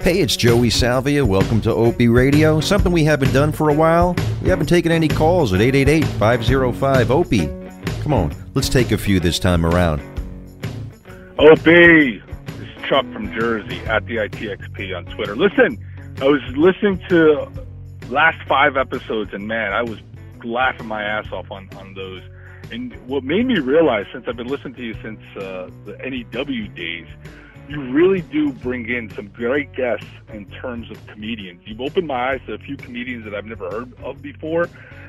Hey, it's Joey Salvia. Welcome to OP Radio. Something we haven't done for a while. We haven't taken any calls at 888 505 OP. Come on, let's take a few this time around. OP, this is Chuck from Jersey at the ITXP on Twitter. Listen, I was listening to last five episodes, and man, I was laughing my ass off on, on those. And what made me realize, since I've been listening to you since uh, the NEW days, you really do bring in some great guests in terms of comedians. You've opened my eyes to a few comedians that I've never heard of before.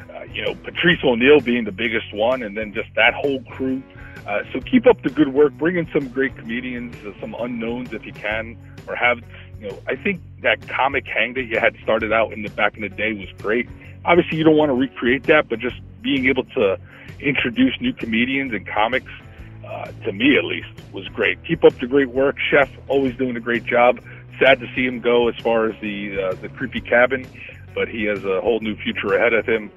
Uh, you know, Patrice O'Neill being the biggest one, and then just that whole crew. Uh, so keep up the good work. Bring in some great comedians, uh, some unknowns if you can, or have you know. I think that comic hang that you had started out in the back in the day was great. Obviously, you don't want to recreate that, but just being able to introduce new comedians and comics uh, to me at least, was great. Keep up the great work, Chef. Always doing a great job. Sad to see him go as far as the uh, the creepy cabin, but he has a whole new future ahead of him.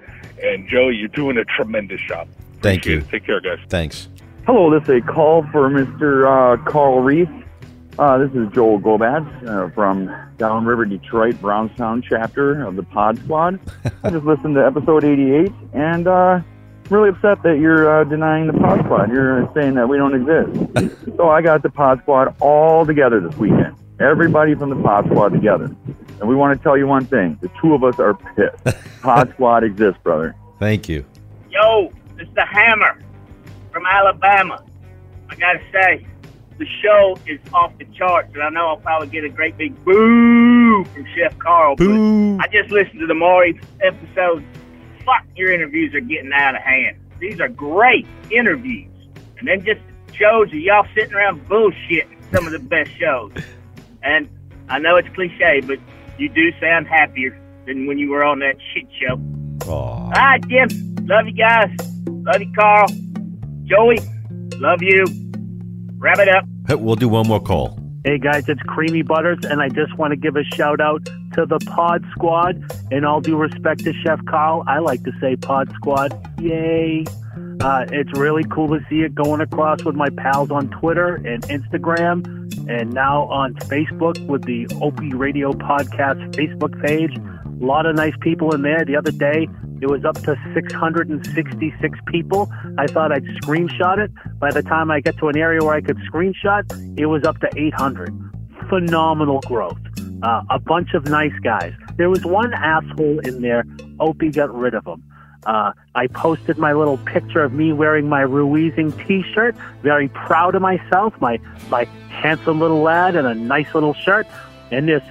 And Joey, you're doing a tremendous job. Thank you. Take care, guys. Thanks. Hello, this is a call for Mr. Uh, Carl Reese. Uh, this is Joel Gobat uh, from Downriver Detroit Brownstown chapter of the Pod Squad. I just listened to episode 88 and uh, really upset that you're uh, denying the Pod Squad. You're saying that we don't exist. so I got the Pod Squad all together this weekend. Everybody from the Pod Squad together. And we want to tell you one thing the two of us are pissed. Pod Squad exists, brother. Thank you. Yo, it's the Hammer from Alabama. I gotta say, the show is off the charts, and I know I'll probably get a great big boo from Chef Carl. but Boo. I just listened to the Maury episode. Fuck, your interviews are getting out of hand. These are great interviews, and then just shows of y'all sitting around bullshitting some of the best shows. And I know it's cliche, but you do sound happier than when you were on that shit show. Aw. All right, Jim. Love you guys. Love you, Carl. Joey, love you. Wrap it up. Hey, We'll do one more call. Hey guys, it's Creamy Butters, and I just want to give a shout out to the Pod Squad. In all due respect to Chef Carl, I like to say Pod Squad. Yay! Uh, it's really cool to see it going across with my pals on Twitter and Instagram, and now on Facebook with the OP Radio Podcast Facebook page. A lot of nice people in there. The other day, it was up to 666 people. I thought I'd screenshot it. By the time I get to an area where I could screenshot, it was up to 800. Phenomenal growth. Uh, a bunch of nice guys. There was one asshole in there. Opie got rid of him. Uh, I posted my little picture of me wearing my Ruizing T-shirt, very proud of myself, my my handsome little lad in a nice little shirt. And this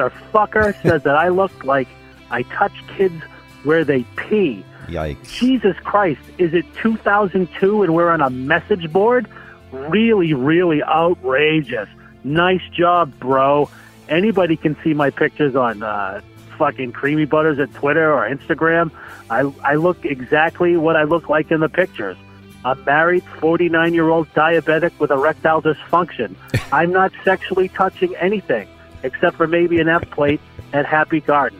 motherfucker says that I look like I touch kids where they pee. Yikes. Jesus Christ, is it 2002 and we're on a message board? Really, really outrageous. Nice job, bro. Anybody can see my pictures on uh, fucking Creamy Butters at Twitter or Instagram. I, I look exactly what I look like in the pictures. A married 49 year old diabetic with erectile dysfunction. I'm not sexually touching anything except for maybe an F plate at Happy Garden.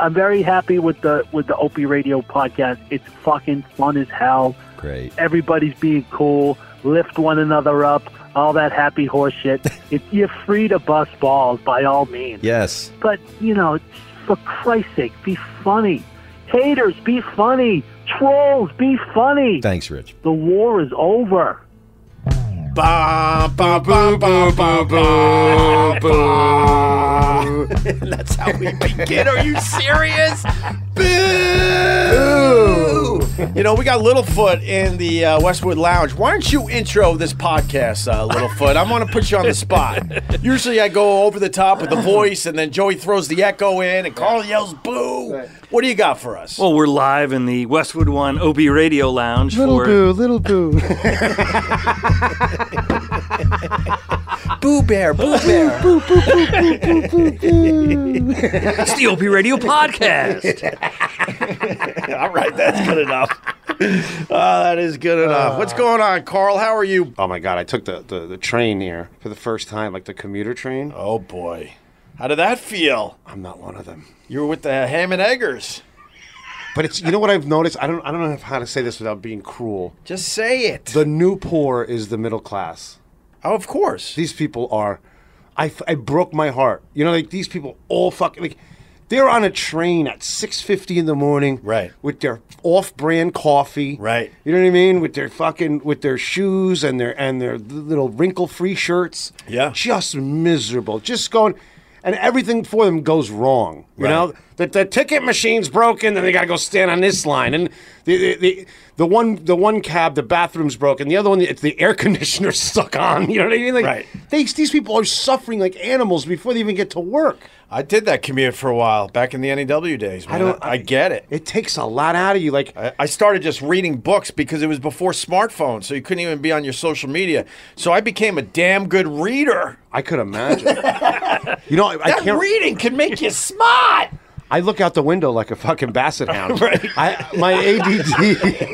I'm very happy with the with the Opie Radio podcast. It's fucking fun as hell. Great. Everybody's being cool, lift one another up, all that happy horse shit. it, you're free to bust balls by all means, Yes. but you know, for Christ's sake, be funny. Haters, be funny. Trolls, be funny. Thanks, Rich. The war is over. Ba, Oh ba, ba, ba, ba, ba, ba. That's how we begin. Are you serious? Boo! You know, we got Littlefoot in the uh, Westwood Lounge. Why don't you intro this podcast, uh, Littlefoot? I want to put you on the spot. Usually I go over the top with the voice, and then Joey throws the echo in, and Carl yells, boo! What do you got for us? Well, we're live in the Westwood One OB Radio Lounge for little boo. Boo Bear, Boo Bear. it's the OB Radio Podcast. All right, that's good enough. Oh, that is good enough. What's going on, Carl? How are you? Oh my god, I took the, the, the train here for the first time, like the commuter train. Oh boy, how did that feel? I'm not one of them. You were with the ham and eggers. But it's you know what I've noticed? I don't I don't know how to say this without being cruel. Just say it. The new poor is the middle class. oh, of course. These people are I, f- I broke my heart. You know, like these people all fucking like they're on a train at six fifty in the morning, Right. With their off-brand coffee, Right. You know what I mean? With their fucking with their shoes and their and their little wrinkle-free shirts, Yeah. Just miserable, just going. And everything for them goes wrong. You Right. know, the, the ticket machine's broken, then they got to go stand on this line, and the, the the the one the one cab, the bathroom's broken, the other one, it's the air conditioner's stuck on. You know what I mean? Like, Right. They, these people are suffering like animals before they even get to work. I did that commute for a while back in the NEW days. Man. I don't. I, get it. It takes a lot out of you. Like, I- I started just reading books because it was before smartphones, so you couldn't even be on your social media. So I became a damn good reader. I could imagine. you know, I, I That can't. reading can make you smart. I look out the window like a fucking basset hound. I, my ADD.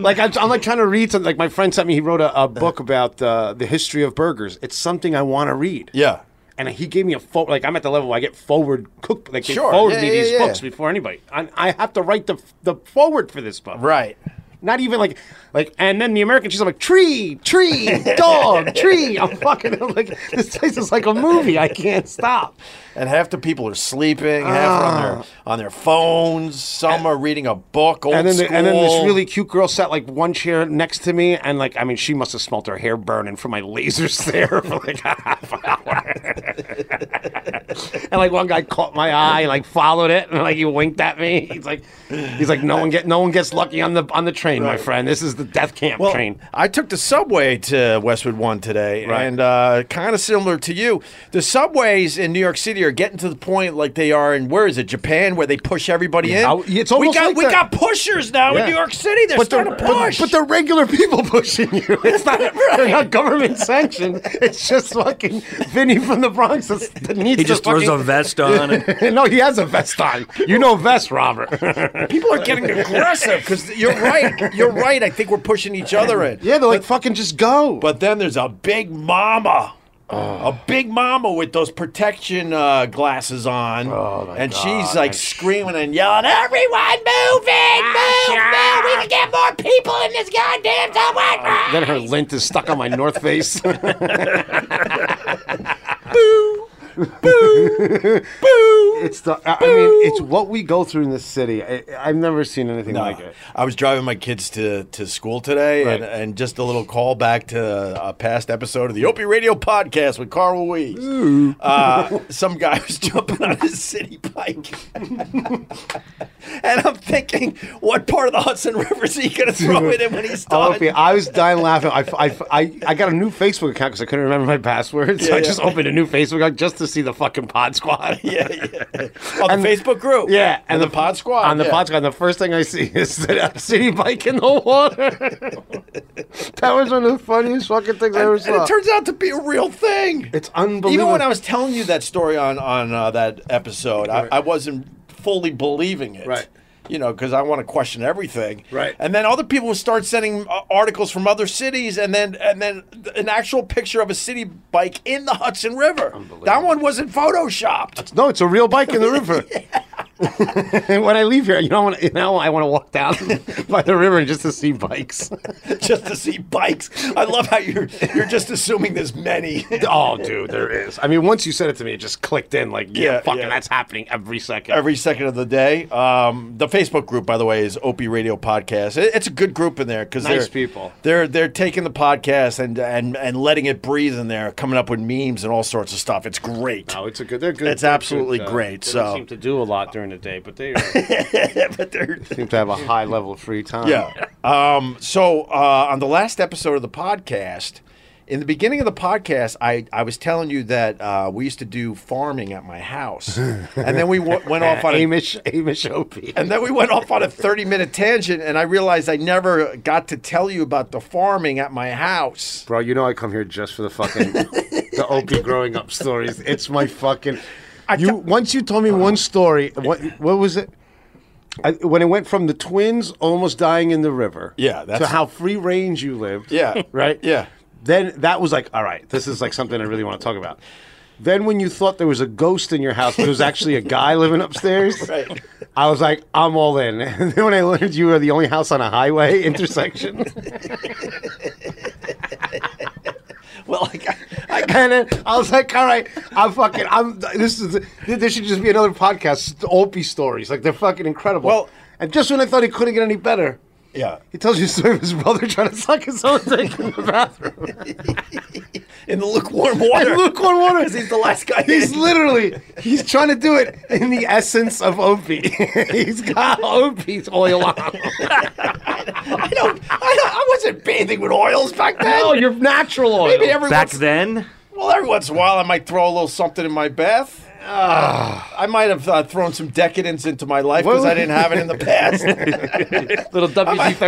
like I'm, I'm like trying to read something. Like my friend sent me. He wrote a, a book about uh, the history of burgers. It's something I want to read. Yeah. And he gave me a fo- like I'm at the level where I get forward cook like they Sure. forward Yeah, me yeah, these yeah. books before anybody. I, I have to write the the forward for this book. Right. Not even like like and then the American she's like tree, tree, dog, tree. I'm fucking I'm like this place is like a movie. I can't stop. And half the people are sleeping, half are on their on their phones. Some are reading a book. Old Ah. and then the, school. and then this really cute girl sat like one chair next to me, and like I mean, she must have smelled her hair burning from my laser stare for like a half an hour. and like one guy caught my eye, like followed it, and like he winked at me. He's like, he's like, no one get no one gets lucky on the on the train, my friend. This is the death camp Well, train. I took the subway to Westwood One today, Right. and uh, kind of similar to you, the subways in New York City are getting to the point like they are in where is it Japan, where they push everybody Yeah, in. I- it's we almost got like we that. got pushers now Yeah. in New York City. They're But the, starting to but, push. but the regular people pushing you. It's not, they're not government sanctioned. It's just fucking Vinny from the Bronx that's, that needs He to just throws a fucking- vest on. And no, he has a vest on. You know vest, Robert. people are getting aggressive because you're right. You're right. I think we're pushing each other in. yeah, they're like, fucking just go. But then there's a big mama. a big mama with those protection uh, glasses on, and she's like screaming and yelling, "Everyone moving, move, move! We can get more people in this goddamn subway!" then her lint is stuck on my north face. Boo! it's the, I I mean, it's what we go through in this city. I, I've never seen anything like it. I was driving my kids to, to school today, and, Right. and just a little call back to a past episode of the Opie Radio podcast with Carl Ruiz. Uh, some guy was jumping on his city bike. and I'm thinking, what part of the Hudson River is he going to throw it in when he's Oh, done? okay, I was dying laughing. I, I, I, I got a new Facebook account because I couldn't remember my password, so Yeah, I yeah. just opened a new Facebook account just to see the fucking Pod Squad. yeah, yeah. On And- Oh, the Facebook group. Yeah, And, the, pod squad. On the yeah. pod squad, the first thing I see is the city bike in the water. that was one of the funniest fucking things I ever And saw. it turns out to be a real thing. It's unbelievable. Even when I was telling you that story on on uh, that episode, I, I wasn't fully believing it. Right. You know, because I want to question everything. Right. And then other people would start sending uh, articles from other cities, and then and then th- an actual picture of a city bike in the Hudson River. That one wasn't photoshopped. no, it's a real bike in the river. And when I leave here, you know, when, you know, I want to walk down by the river just to see bikes. just to see bikes. I love how you're you're just assuming there's many. oh, dude, there is. I mean, once you said it to me, it just clicked in. Like, yeah, Yeah, fucking, yeah. that's happening every second. every second of the day. Um, the Facebook group, by the way, is Opie Radio Podcast. It- it's a good group in there because Nice they're, people. They're they're taking the podcast and and and letting it breathe in there, coming up with memes and all sorts of stuff. It's great. no, it's a good. They're good. It's they're good, absolutely uh, great, They so. don't seem to do a lot during the day, but they uh, are- but they're seem to have a high level of free time. yeah. Um, so uh, on the last episode of the podcast. In the beginning of the podcast, I, I was telling you that uh, we used to do farming at my house, and then we w- went off on a Amish, Amish Opie. And then we went off on a 30 minute tangent, and I realized I never got to tell you about the farming at my house. Bro, you know I come here just for the fucking the Opie growing up stories. It's my fucking. You once you told me one story. What what was it? I, when it went from the twins almost dying in the river. Yeah, to that's- how free range you lived. Yeah. right. Yeah. Then that was like, all right, this is like something I really want to talk about. Then when you thought there was a ghost in your house, but it was actually a guy living upstairs. Right. I was like, I'm all in. And then when I learned you were the only house on a highway intersection. Well, like, I, I kind of, I was like, all right, I'm fucking, I'm. This is, this should just be another podcast. Opie stories, like they're fucking incredible. Well- and just when I thought he couldn't get any better, Yeah. he tells you the story of his brother trying to suck his own dick in the bathroom. In the lukewarm water. And lukewarm water. 'Cause he's the last guy. He's in. literally he's trying to do it in the essence of Opie. he's got Opie's oil on. I don't. I, don't, I wasn't bathing with oils back then. No, your natural oil. Maybe every Back once, then, well, every once in a while, I might throw a little something in my bath. I might have uh, thrown some decadence into my life because What- I didn't have it in the past. little WD WD-30, I might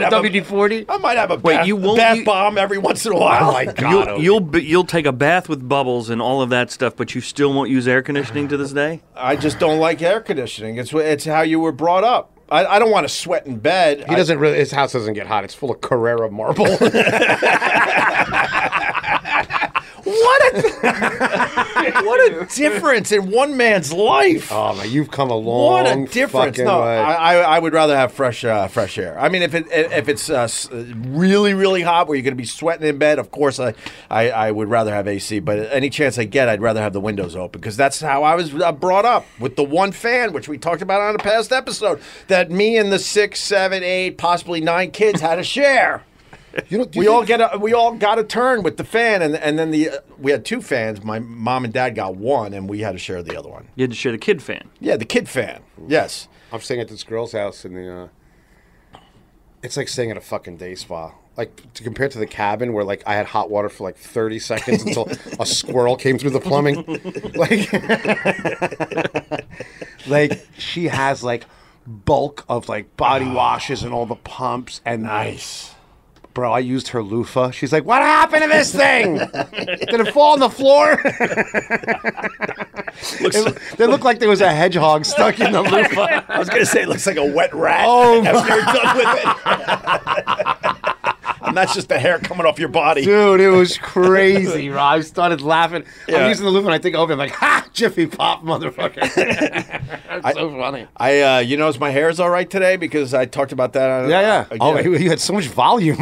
little have a- forty. I might have a Wait, bath, you won't- bath you- bomb every once in a while. Oh my god! you'll you'll, be, you'll take a bath with bubbles and all of that stuff, but you still won't use air conditioning to this day. I just don't like air conditioning. It's wh- it's how you were brought up. I, I don't want to sweat in bed. he doesn't really. His house doesn't get hot. It's full of Carrera marble. What a what a difference in one man's life. oh man, you've come a long. what a difference! fucking No, way. I, I I would rather have fresh uh, fresh air. I mean, if it if it's uh, s- really really hot where you're going to be sweating in bed, of course I, I I would rather have AC. But any chance I get, I'd rather have the windows open because that's how I was uh, brought up with the one fan, which we talked about on a past episode that me and the six, seven, eight, possibly nine kids had to share you know, do we you all think- get a we all got a turn with the fan, and and then the uh, we had two fans. My mom and dad got one, and we had to share the other one. You had to share the kid fan. Yeah, the kid fan. Yes. I'm staying at this girl's house in the. Uh, it's like staying at a fucking day spa. Like to compare to the cabin where like I had hot water for like 30 seconds until a squirrel came through the plumbing. Like, like she has like bulk of like body washes and all the pumps and Nice. Bro, I used her loofah. She's like, "What happened to this thing? Did it fall on the floor?" it, they looked like there was a hedgehog stuck in the loofah. I was gonna say it looks like a wet rat. Oh, after you're done with it. and that's just the hair coming off your body. Dude, it was crazy, bro. I started laughing. Yeah. I'm using the loop and I think over. I'm like, ha, Jiffy Pop, motherfucker. That's so funny. I uh, you notice my hair is all right today because I talked about that. On, again. Oh, you had so much volume.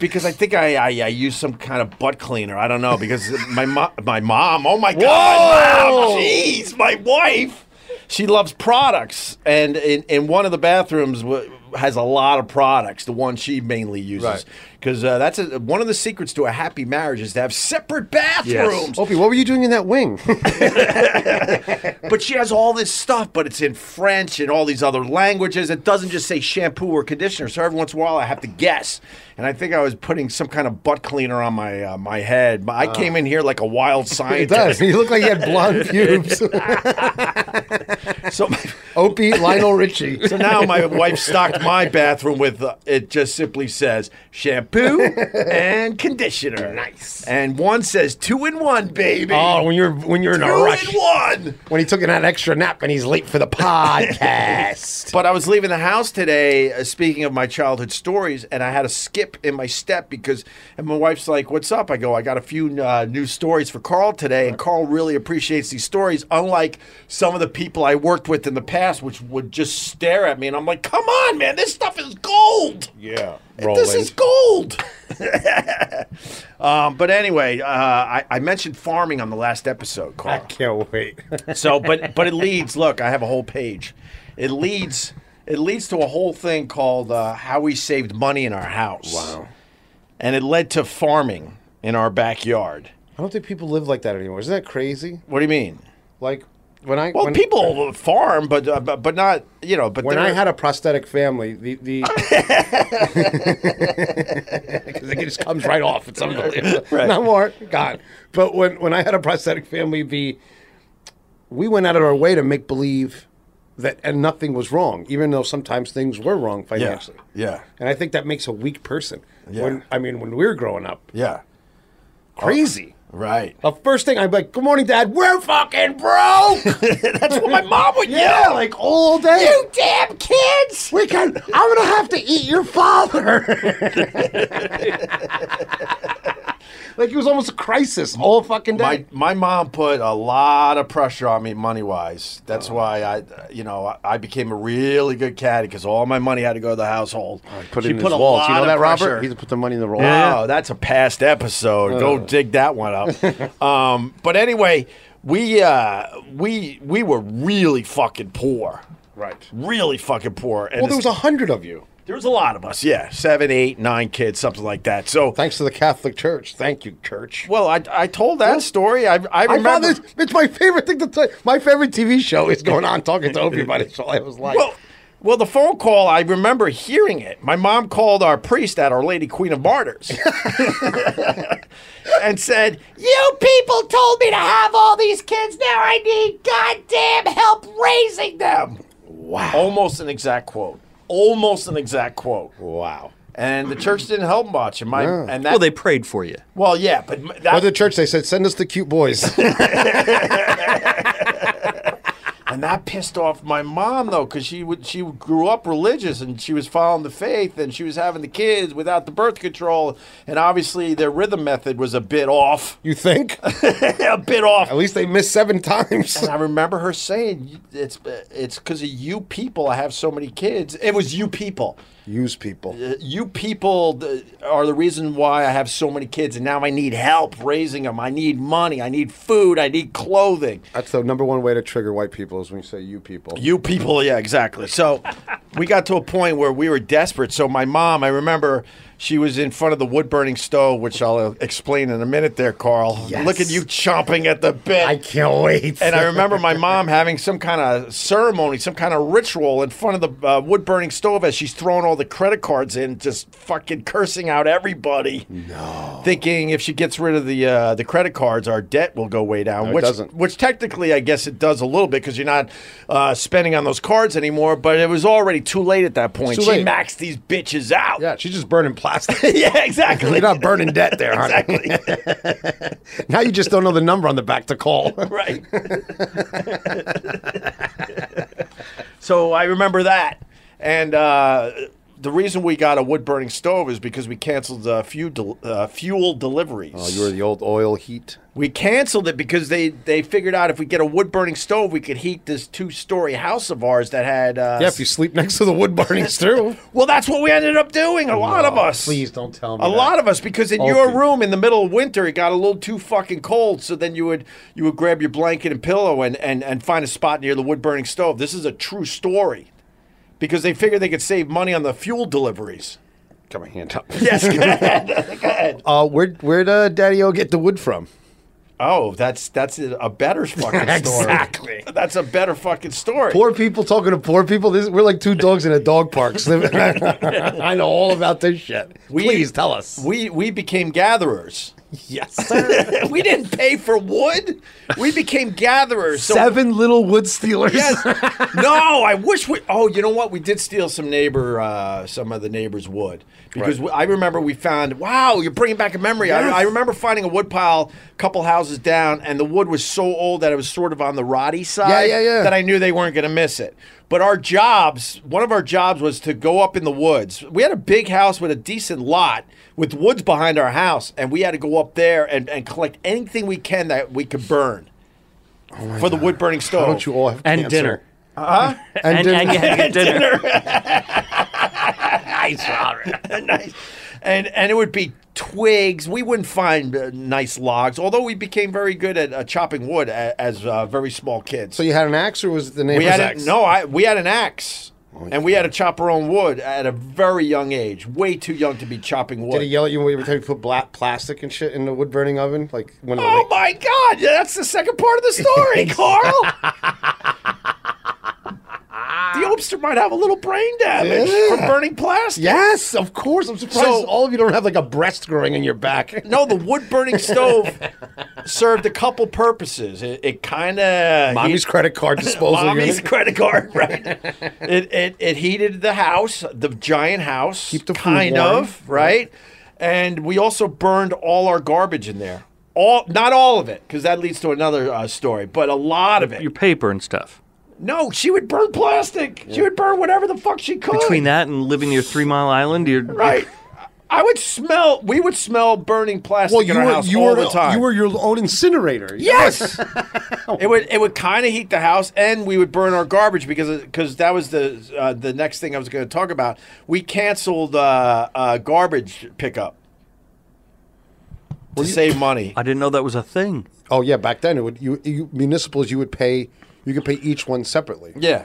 because I think I, I I used some kind of butt cleaner. I don't know because my mom, my mom. Oh my god, mom, jeez, my wife. She loves products, and in, in one of the bathrooms w- has a lot of products. The one she mainly Right. uses because uh, that's a, one of the secrets to a happy marriage is to have separate bathrooms. Opie, what were you doing in that wing? But she has all this stuff, but it's in French and all these other languages. It doesn't just say shampoo or conditioner. So every once in a while, I have to guess. And I think I was putting some kind of butt cleaner on my uh, my head. But I came in here like a Oh. wild it scientist. does. You look like you had blonde pubes. So, Opie, Lionel Richie. so now my wife stocked my bathroom with uh, it. Just simply says shampoo and conditioner. Nice. And one says two in one, baby. Oh, when you're when you're in a two rush. in one. When he took an extra nap and he's late for the podcast. But I was leaving the house today, uh, speaking of my childhood stories, and I had a skip in my step because, and my wife's like, What's up? I go, I got a few uh, new stories for Carl today, and Carl really appreciates these stories, unlike some of the people I worked with in the past, which would just stare at me. And I'm like, Come on, man, this stuff is gold. yeah, This is gold. um, but anyway, uh, I, I mentioned farming on the last episode, Carl. I can't wait. So, but but it leads. Look, I have a whole page. It leads. It leads to a whole thing called uh, how we saved money in our house. Wow. And it led to farming in our backyard. I don't think people live like that anymore. Isn't that crazy? What do you mean? Like when I Well, when, people farm, but uh, but but not you know. But when I they're- had a prosthetic family, the the 'Cause it just comes right off. It's unbelievable. No more gone. But when when I had a prosthetic family, the we went out of our way to make believe that and nothing was wrong, even though sometimes things were wrong yeah, financially. yeah, And I think that makes a weak person. Yeah. When I mean, when we were growing up, yeah, crazy. right. The first thing I'm like, "Good morning, Dad. We're fucking broke." That's what my mom would Yeah, yell. like all day. you damn kids. We can. I'm gonna have to eat your father. Like it was almost a crisis all fucking day. My my mom put a lot of pressure on me money wise. Oh. That's why I, you know, I, I became a really good caddy because all my money had to go to the household. put it she in put his a wallet. You lot know of that, pressure. Robert? He's put the money in the Ah, wallet. Wow, that's a past episode. Uh. Go dig that one up. um, but anyway, we uh, we we were really fucking poor, Right. really fucking poor. And Well, there it's- was a hundred of you. there was a lot of us. Yeah, seven, eight, nine kids, something like that. So, Thanks to the Catholic Church. Thank you, Church. well, I, I told that story. I I I remember. found this. It's my favorite thing to tell. My favorite TV show is going on talking to everybody. So I was like, Well, well, the phone call, I remember hearing it. My mom called our priest at Our Lady Queen of Martyrs and said, You people told me to have all these kids. Now I need goddamn help raising them. Wow. Almost an exact quote. Almost an exact quote. wow. And the church didn't help much. And my and that Well, they prayed for you. well yeah, but m- Or that, the church, they said, send us the cute boys. and that pissed off my mom though, because she would she grew up religious and she was following the faith and she was having the kids without the birth control, and obviously their rhythm method was a bit off, you think? a bit off. At least they missed seven times. And I remember her saying, "It's it's because of you people. I have so many kids. It was you people. Use people. Uh, You people th- are the reason why I have so many kids, and now I need help raising them. I need money. I need food. I need clothing. That's the number one way to trigger white people is when you say you people. You people, yeah, exactly. So we got to a point where we were desperate. So my mom, I remember she was in front of the wood burning stove, which I'll explain in a minute there, Carl. Look at you chomping at the bit. I can't wait. and I remember my mom having some kind of ceremony, some kind of ritual in front of the uh, wood burning stove as she's throwing all the credit cards in, just fucking cursing out everybody. No. Thinking if she gets rid of the uh, the credit cards, our debt will go way down. No, it which, doesn't. Which technically, I guess it does a little bit because you're not uh, spending on those cards anymore. But it was already too late at that point. Too she late. maxed these bitches out. yeah, she's just burning plastic. yeah exactly. You're not burning debt there, honey. now you just don't know the number on the back to call. Right. so I remember that. And uh, the reason we got a wood burning stove is because we canceled uh, fuel, del- uh, fuel deliveries. Oh, you were the old oil heat. we canceled it because they, they figured out if we get a wood burning stove, we could heat this two story house of ours that had. Uh, Yeah, if you sleep next to the wood burning stove. well, that's what we ended up doing, a lot of us. Please don't tell me. A lot of us, because in Oh, your good. room in the middle of winter, it got a little too fucking cold. So then you would you would grab your blanket and pillow and and and find a spot near the wood burning stove. This is a true story, because they figured they could save money on the fuel deliveries. Got my hand up. Yes, go ahead. Go ahead. Uh, where where'd uh, Daddy O get the wood from? Oh, that's that's a a better fucking story. Exactly. That's a better fucking story. Poor people talking to poor people. This, we're like two dogs in a dog park. So- I know all about this shit. We- Please tell us. we we became gatherers. yes, sir. we didn't pay for wood. We became gatherers. So Seven little wood stealers. Yes. no, I wish we. Oh, you know what? We did steal some neighbor, uh, some of the neighbor's wood because we, I remember we found. Wow, you're bringing back a memory. I, I remember finding a wood pile a couple houses down, and the wood was so old that it was sort of on the rotty side. yeah, yeah. That I knew they weren't going to miss it. But our jobs, one of our jobs was to go up in the woods. We had a big house with a decent lot with woods behind our house, and we had to go up there and, and collect anything we can that we could burn. Oh for the wood burning stove. Why don't you all have And cancer? dinner. Uh-huh. And, And, dinner. and you had to get dinner. nice, Robert. nice. And and it would be twigs. We wouldn't find uh, nice logs, although we became very good at uh, chopping wood a, as uh, very small kids. So you had an axe, or was it the neighbor's we had axe? Oh, a, no, I we had an axe. And we had to chop our own wood at a very young age, way too young to be chopping wood. Did he yell at you every time you put black plastic and shit in the wood burning oven? Like when? oh my God! Yeah, that's the second part of the story, Carl. the Obster might have a little brain damage from Yeah. burning plastic. Yes, of course. I'm surprised So- all of you don't have like a breast growing in your back. No, the wood burning stove served a couple purposes. It, it kind of Mommy's credit card disposal mommy's unit. credit card, right? it, it it heated the house, the giant house, Keep the food kind warm. of right. And we also burned all our garbage in there. All not all of it, because that leads to another uh, story, but a lot of it. Your paper and stuff. no, she would burn plastic. She would burn whatever the fuck she could. Between that and living near Three Mile Island, you're right. I would smell. We would smell burning plastic Well, in you our were house you all were the time. you were your own incinerator. yes. it would it would kind of heat the house, and we would burn our garbage because because that was the uh, the next thing I was going to talk about. We canceled uh, uh, garbage pickup to save money. I didn't know that was a thing. Oh yeah, back then it would you, you municipals you would pay you could pay each one separately. yeah,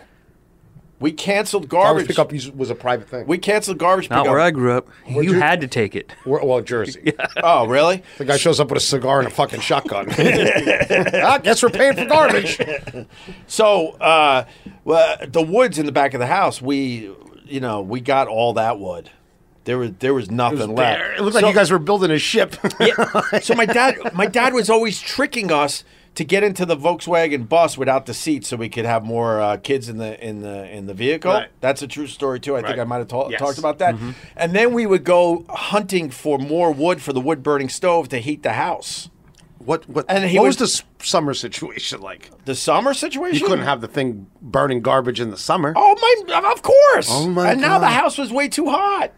we canceled Garbage garbage. pickup us- was a private thing. We canceled garbage Not pickup. where I grew up. you you- had to take it. We're- well, Jersey. oh, really? The guy shows up with a cigar and a fucking shotgun. I guess we're paying for garbage. So, uh, well, the woods in the back of the house, we, you know, we got all that wood. There was there was nothing left. It looked like you guys were building a ship. Yeah. so my dad, my dad was always tricking us to get into the Volkswagen bus without the seats, so we could have more uh, kids in the in the in the vehicle. Right. That's a true story too. I think Right. I might have ta- Yes. talked about that. Mm-hmm. And then we would go hunting for more wood for the wood burning stove to heat the house. what what, And he what would- was the s- summer situation like? The summer situation. You couldn't have the thing burning garbage in the summer. Oh my! Of course. Oh, my And now the God. house was way too hot.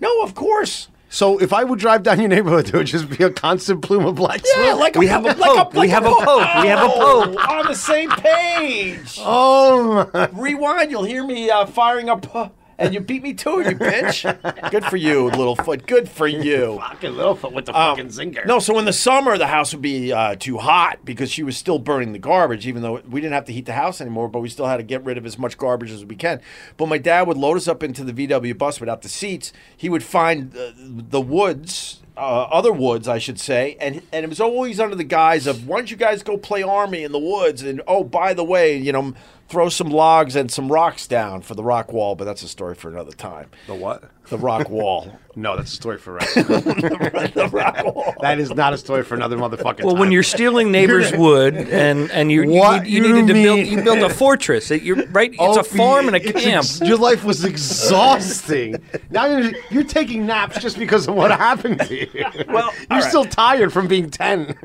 No, of course. So if I would drive down your neighborhood, there would just be a constant plume of black Yeah, smoke. like We a, have a like like pope. We have a pope. We have a Oh, pope. on the same page. Oh my. Rewind. You'll hear me uh, firing up. uh, and you beat me too, you bitch. Good for you, little foot. Good for you. Fucking Littlefoot with the fucking zinger. No, so in the summer, the house would be uh, too hot because she was still burning the garbage, even though we didn't have to heat the house anymore, but we still had to get rid of as much garbage as we can. But my dad would load us up into the VW bus without the seats. He would find uh, the woods, uh, other woods, I should say, and, and it was always under the guise of, why don't you guys go play army in the woods? And oh, by the way, you know, throw some logs and some rocks down for the rock wall, but that's a story for another time. The what? The rock wall. No, that's a story for right. the rock wall. that is not a story for another motherfucking. Well, time. when you're stealing neighbors' wood and and you you, What need- you you needed to build mean? you built a fortress. It- You're right. It's a Opie, farm and a Oh, it's camp. ex- your life was exhausting. now you're, you're taking naps just because of what happened to you. Well, all you're right. still tired from being ten.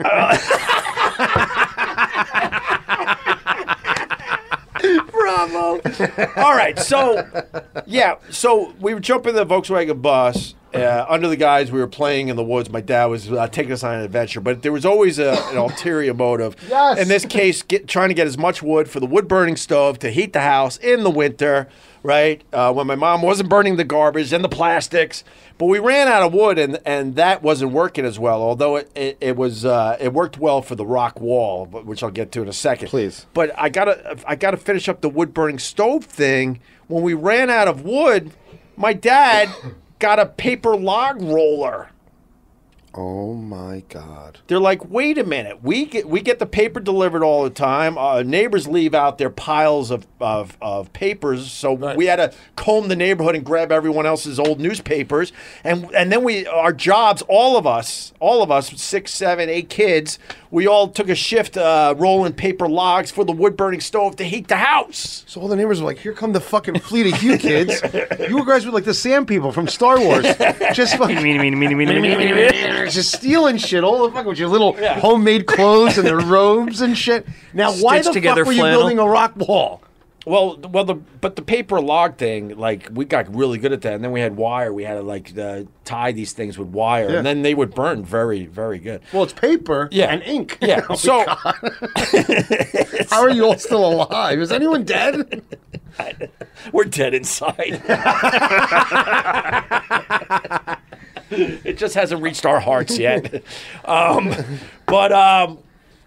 Bravo. All right. So, yeah. So we were jumping the Volkswagen bus uh, under the guys. We were playing in the woods. My dad was uh, taking us on an adventure, but there was always a, an ulterior motive. Yes. In this case, get, trying to get as much wood for the wood burning stove to heat the house in the winter, right? Uh, when my mom wasn't burning the garbage and the plastics. But we ran out of wood, and, and that wasn't working as well. Although it, it, it was uh, it worked well for the rock wall, but- which I'll get to in a second. Please. But I gotta I gotta finish up the wood burning stove thing. When we ran out of wood, my dad got a paper log roller. Oh my god. They're like, wait a minute. We get we get the paper delivered all the time. Uh, neighbors leave out their piles of of, of papers, so we had to comb the neighborhood and grab everyone else's old newspapers, and and then we our jobs, all of us, all of us, six, seven, eight kids, we all took a shift uh, rolling paper logs for the wood burning stove to heat the house. So all the neighbors were like, "Here come the fucking fleet of you kids! you guys were like the Sand People from Star Wars, just fucking, Meeny, meeny, meeny, meeny, meeny, meeny, meeny. just stealing shit all the fuck with your little homemade clothes and their robes and shit." Now, why Stitched the together fuck were flannel. you building a rock wall? Well, th- well, the but the paper log thing, like we got really good at that, and then we had wire. We had to like uh, tie these things with wire, Yeah. and then they would burn very, very good. Well, it's paper Yeah. and ink. Yeah. Oh my so How are you all still alive? Is anyone dead? we're dead inside. it just hasn't reached our hearts yet. um, but um,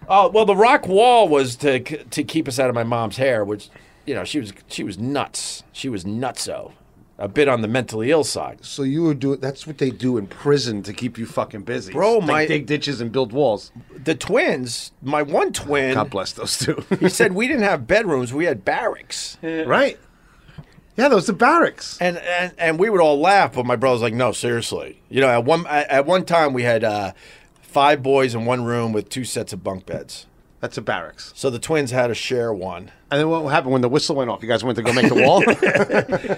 oh well, the rock wall was to k- to keep us out of my mom's hair, which you know she was she was nuts. She was nutso, a bit on the mentally ill side. So you were doing that's what they do in prison to keep you fucking busy. Bro, They my- dig ditches and build walls. The twins, my one twin, God bless those two. he said we didn't have bedrooms, we had barracks. right? Yeah, those are barracks. And, and and we would all laugh, but my brother's like, no, seriously. You know, at one at at one time we had uh, five boys in one room with two sets of bunk beds. That's a barracks. So the twins had to share one. And then what happened when the whistle went off? You guys went to go make the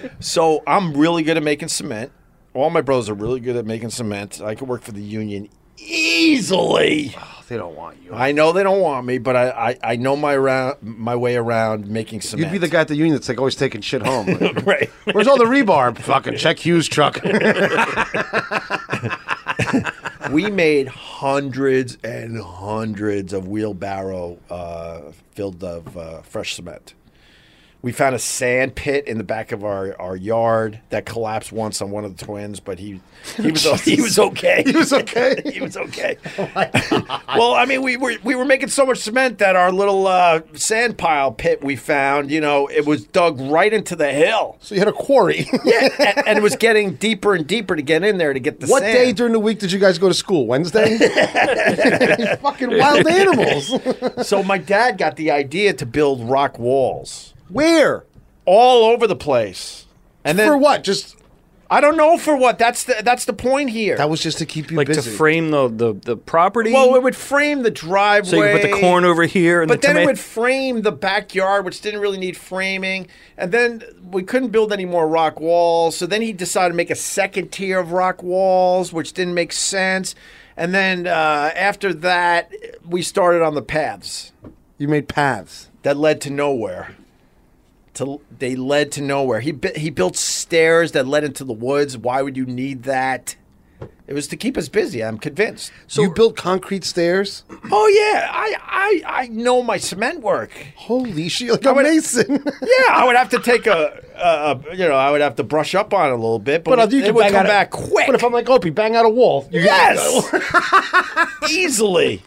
wall? So I'm really good at making cement. All my brothers are really good at making cement. I could work for the union easily. They don't want you. I know they don't want me, but I, I, I know my round, my way around making cement. You'd be the guy at the union that's like always taking shit home. Like, right? Where's all the rebar? Fucking check Hughes' truck. we made hundreds and hundreds of wheelbarrow uh, filled of uh, fresh cement. We found a sand pit in the back of our, our yard that collapsed once on one of the twins, but he he was he was okay. He was okay. Oh he was okay. well, I mean, we were we were making so much cement that our little uh, sand pile pit we found, you know, it was dug right into the hill. so you had a quarry. Yeah, and, and it was getting deeper and deeper to get in there to get the What sand. day during the week did you guys go to school? Wednesday? You fucking wild animals. So my dad got the idea to build rock walls Where? all over the place, and then For what? Just I don't know for what. That's the that's the point here. that was just to keep you like busy. to frame the, the, the property. well, it would frame the driveway. so you can put the corn over here and But the then it tomato. would frame the backyard, which didn't really need framing. And then we couldn't build any more rock walls. So then he decided to make a second tier of rock walls, which didn't make sense. And then uh, after that, we started on the paths. you made paths. that led to nowhere. To they led to nowhere. He bu- he built stairs that led into the woods. Why would you need that? It was to keep us busy. I'm convinced. So you built concrete stairs. Oh yeah, I I, I know my cement work. Holy shit! Like a mason. Yeah, I would have to take a, a, a you know I would have to brush up on it a little bit, but, But it, you can would bang come out a- back quick. But if I'm like Opie, bang out a wall. You Yes, easily.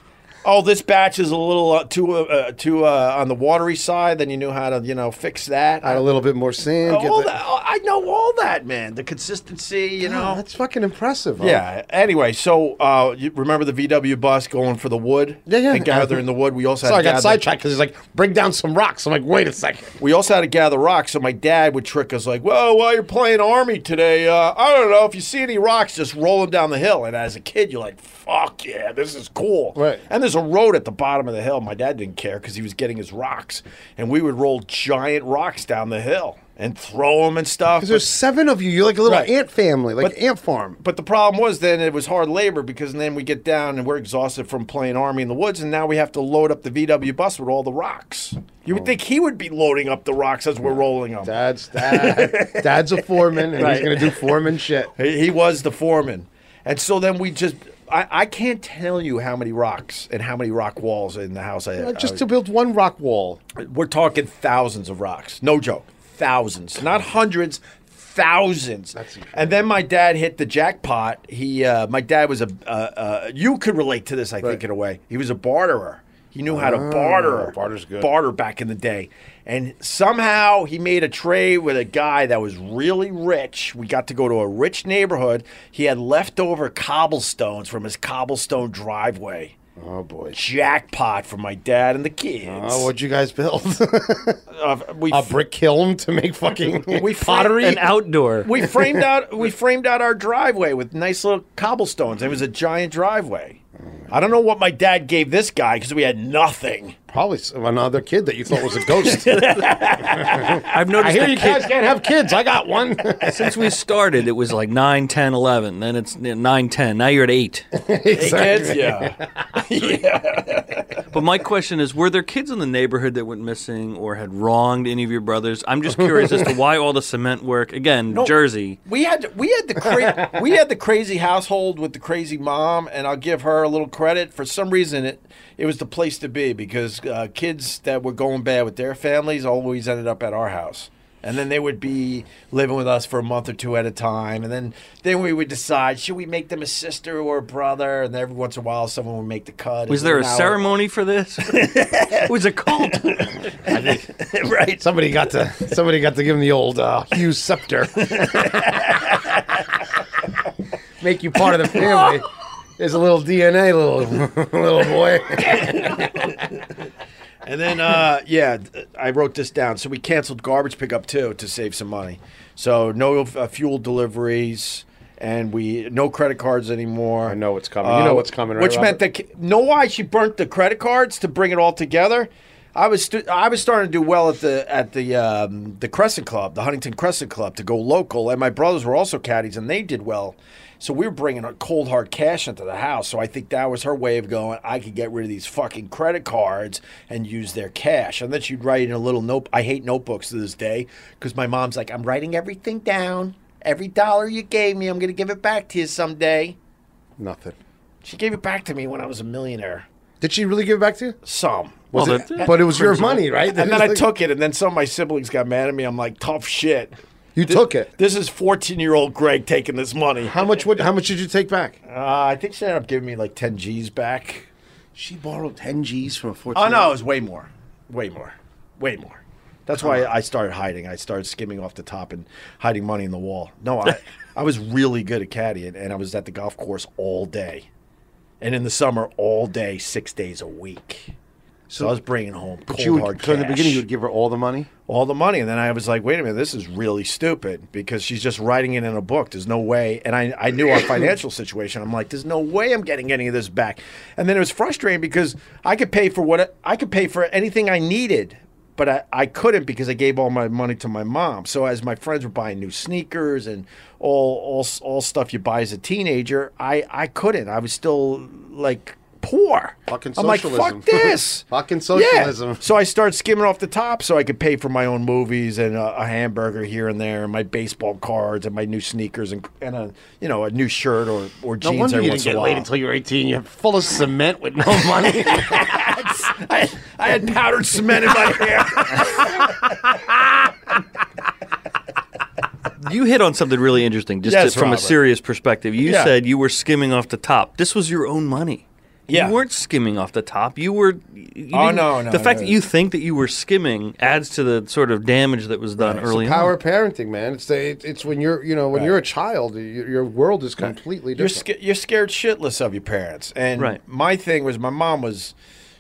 Oh, this batch is a little uh, too uh, uh, too uh, on the watery side. Then you knew how to you know fix that. Add a little bit more sand. get all the- that- all- I know all that, man. The consistency, you Oh, know. that's fucking impressive. huh? Yeah. Anyway, so uh, you remember the VW bus going for the wood? Yeah, yeah. And gathering the wood. We also had Sorry, I to got gather, sidetracked because he's like, bring down some rocks. I'm like, wait a second. We also had to gather rocks. So my dad would trick us like, "Well, while you're playing army today, uh, I don't know if you see any rocks, just roll them down the hill." And as a kid, you're like, "Fuck yeah, this is cool." Right. And there's a road at the bottom of the hill. My dad didn't care because he was getting his rocks, and we would roll giant rocks down the hill and throw them and stuff. Because there's seven of you. You're like a little Right. ant family, like But- ant farm. But the problem was then it was hard labor because then we get down and we're exhausted from playing army in the woods, and now we have to load up the VW bus with all the rocks. You would think he would be loading up the rocks as we're rolling them. Dad's dad. Dad's a foreman, and Right. he's gonna do foreman shit. He he was the foreman, and so then we just. I, I can't tell you how many rocks and how many rock walls in the house I Like just I- to build one rock wall. We're talking thousands of rocks. No joke. Thousands. Not hundreds, thousands. incredible. and then my dad hit the jackpot. He uh, my dad was a uh, uh, you could relate to this I think Right. Oh, in a way. He was a barterer. He knew how to barter. barter's good. Barter back in the day. And somehow he made a trade with a guy that was really rich. We got to go to a rich neighborhood. He had leftover cobblestones from his cobblestone driveway. Oh boy. Jackpot for my dad and the kids. Oh, what'd you guys build? Uh, we a brick kiln to make fucking we fra- pottery. An outdoor. we framed out we framed out our driveway with nice little cobblestones. It was a giant driveway. I don't know what my dad gave this guy because we had nothing. Probably s- another kid that you thought was a ghost. I've I noticed hear that you guys can't have kids. I got one. since we started, it was like 9, 10, 11. Then it's 9, 10. Now you're at 8. Kids, yeah. But my question is, were there kids in the neighborhood that went missing or had wronged any of your brothers? I'm just curious as to why all the cement work again, Jersey. We had we had the cra- we had the crazy household with the crazy mom, and I'll give her a little credit. For some reason, it it was the place to be because uh, kids that were going bad with their families always ended up at our house. And then they would be living with us for a month or two at a time, and then then we would decide should we make them a sister or a brother. And every once in a while, someone would make the cut. Was And there a now- ceremony for this? it was a cult. right? somebody got to somebody got to give him the old uh, Hughes scepter. Make you part of the family. There's a little DNA, little little boy. And then, uh, yeah, th- I wrote this down. So we canceled garbage pickup too to save some money. So no uh, fuel deliveries, and we no credit cards anymore. I know what's coming. You know what's coming, right, which meant Robert? that ki- know why she burnt the credit cards to bring it all together. I was stu- I was starting to do well at the at the um, the Crescent Club, the Huntington Crescent Club, to go local, and my brothers were also caddies, and they did well. So we were bringing a cold hard cash into the house. So I think that was her way of going. I could get rid of these fucking credit cards and use their cash. And then she'd write in a little note. I hate notebooks to this day because my mom's like, I'm writing everything down. Every dollar you gave me, I'm gonna give it back to you someday. Nothing. She gave it back to me when I was a millionaire. Did she really give it back to you? Some. Was Well, it? that- but it was your money, right? And then I took it, and then some of my siblings got mad at me. I'm like, tough shit. You took it. This is 14 year old Greg taking this money. How much? Would, how much did you take back? Uh, I think she ended up giving me like 10 G's back. She borrowed ten G's from a fourteen. Oh, no, it was way more. Way more. Way more. That's why Uh-huh. I started hiding. I started skimming off the top and hiding money in the wall. No, I, I was really good at caddying, and I was at the golf course all day. And in the summer, all day, six days a week. So, I was bringing home cold But you hard would, so in the cash. beginning, you would give her all the money. all the money. And then I was like, wait a minute, this is really stupid because she's just writing it in a book. There's no way. And I, I knew our financial situation. I'm like, there's no way I'm getting any of this back. And then it was frustrating because I could pay for what I could pay for anything I needed. But I, I couldn't because I gave all my money to my mom. So as my friends were buying new sneakers and all all, all stuff you buy as a teenager, I, I couldn't. I was still like poor. Fucking I'm like, socialism. fuck this. Fucking Yeah. socialism. So I started skimming off the top so I could pay for my own movies and a, a hamburger here and there, and my baseball cards and my new sneakers and and a you know a new shirt or or No jeans wonder every you once didn't get in a laid while. until you were eighteen. You're full of cement with no money. I, I had powdered cement in my hair. You hit on something really interesting, just Yes, to- from Robert. a serious perspective. You Yeah. said you were skimming off the top. This was your own money. Yeah. You weren't skimming off the top. You were. You Oh, didn't- no, no, The fact no. that you think that you were skimming adds to the sort of damage that was done early It's the power on. of parenting, man. It's the, it, it's when you're you know when you're a child, your, your world is completely you're different. sca- you're scared shitless of your parents. And Right. my thing was my mom was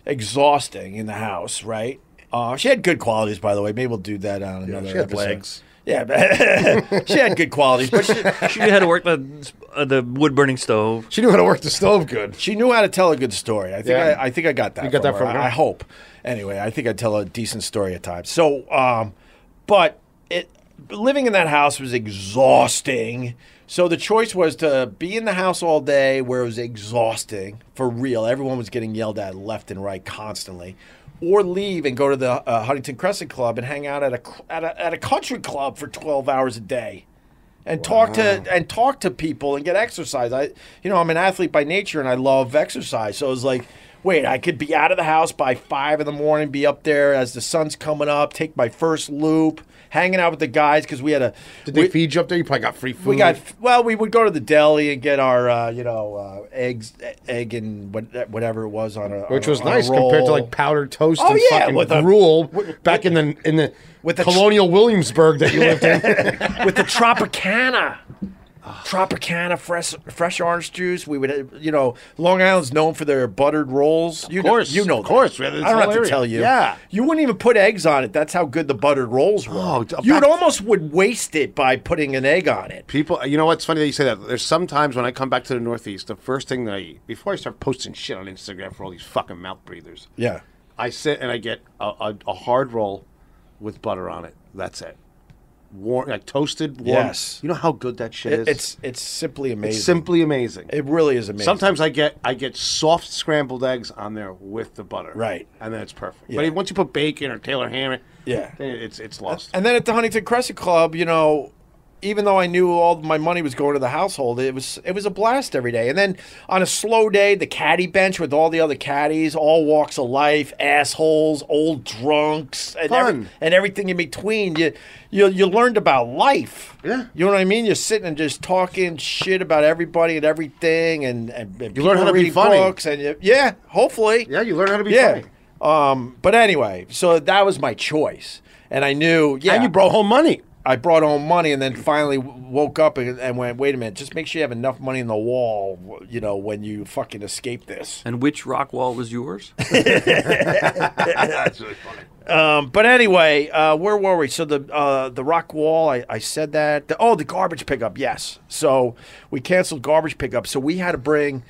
exhausting in the house, right? Uh, she had good qualities, by the way. Maybe we'll do that on another she had episode. legs. Yeah, but she had good qualities, but she, She knew how to work the uh, the wood burning stove. she knew how to work the stove good. She knew how to tell a good story. I think Yeah. I, I think I got that. You got that her. from her? I, I hope. Anyway, I think I tell a decent story at times. So, um, but it living in that house was exhausting. So the choice was to be in the house all day, where it was exhausting for real. Everyone was getting yelled at left and right constantly, or leave and go to the uh, Huntington Crescent Club and hang out at a, cl- at a at a country club for twelve hours a day and talk to and talk to people and get exercise. I you know, I'm an athlete by nature and I love exercise. So it's like, wait, I could be out of the house by five in the morning, be up there as the sun's coming up, take my first loop, hanging out with the guys because we had a Did they we- feed you up there? You probably got free food. we got well. We would go to the deli and get our, uh, you know, uh, eggs, egg and what, whatever it was on a, which on a- was on a nice compared to roll. like powdered toast Oh, and yeah, fucking with a- gruel back in the in the with a tr- colonial Williamsburg that you lived in. with the Tropicana. Tropicana fresh fresh orange juice. We would, uh, you know, Long Island's known for their buttered rolls. You course, know, you know, of course. that. Yeah, this I don't whole have to area. tell you. Yeah. you wouldn't even put eggs on it. That's how good the buttered rolls were. Oh, d- you would back- almost would waste it by putting an egg on it. People, you know what's funny that you say that. There's sometimes when I come back to the Northeast, the first thing that I eat before I start posting shit on Instagram for all these fucking mouth breathers, Yeah, I sit and I get a, a, a hard roll with butter on it. That's it. Warm, like toasted, warm. Yes. You know how good that shit is. it, it's it's simply amazing. It's simply amazing. it really is amazing. Sometimes I get I get soft scrambled eggs on there with the butter, Right. and then it's perfect. Yeah. But once you put bacon or Taylor ham, it- Yeah. then it's it's lost. And then at the Huntington Crescent Club, you know, even though I knew all my money was going to the household, it was it was a blast every day. And then on a slow day, the caddy bench with all the other caddies, all walks of life, assholes, old drunks, and, every- Fun. and everything in between. You, you you learned about life. Yeah. you know what I mean. You're sitting and just talking shit about everybody and everything, and, and, and You learn people how to be reading funny. books, and you, yeah, hopefully, yeah, you learn how to be yeah. funny. Um, but anyway, so that was my choice, and I knew. Yeah, And you brought home money. I brought home money, and then finally w- woke up and, and went, "Wait a minute! Just make sure you have enough money in the wall, w- you know, when you fucking escape this." And which rock wall was yours? That's really funny. Um, but anyway, uh, where were we? So the uh, the rock wall, I, I said that. The, oh, the garbage pickup. Yes. So we canceled garbage pickup. So we had to bring.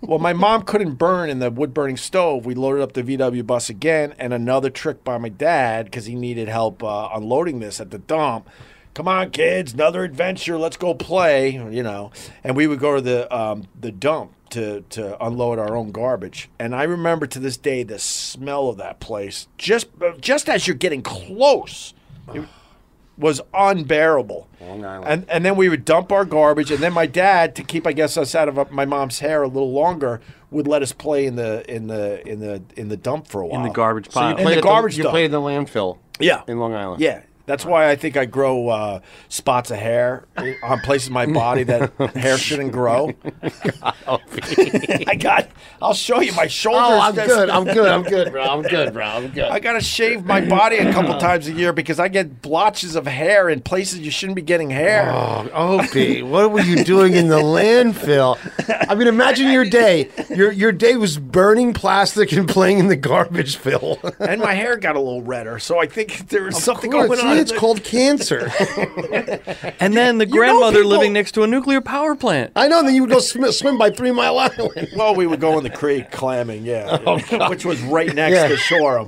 Well, my mom couldn't burn in the wood burning stove. We loaded up the VW bus again, and another trick by my dad because he needed help uh, unloading this at the dump. Come on, kids, another adventure. Let's go play. You know, and we would go to the um, the dump to to unload our own garbage. And I remember to this day the smell of that place. Just just as you're getting close, it was unbearable. Long Island. And and then we would dump our garbage, and then my dad, to keep I guess us out of uh, my mom's hair a little longer, would let us play in the in the in the in the dump for a while in the garbage Oh. So you pile. play- played at garbage You dump. played in the landfill. Yeah. in Long Island. Yeah. That's why I think I grow uh, spots of hair on places in my body that hair shouldn't grow. I got. I'll show you my shoulders. Oh, I'm That's- good. I'm good. I'm good, bro. I'm good, bro. I'm good. I gotta shave my body a couple times a year because I get blotches of hair in places you shouldn't be getting hair. Oh, Opie, what were you doing in the landfill? I mean, imagine your day. Your your day was burning plastic and playing in the garbage fill. And my hair got a little redder, so I think there was something Of course, going see, on. It's called cancer. and then the know grandmother people- living next to a nuclear power plant. I know. Then you would go sm- swim by Three Mile Island. well, we would go in the creek clamming, yeah, which was right next Oh, Yeah. to Shoreham,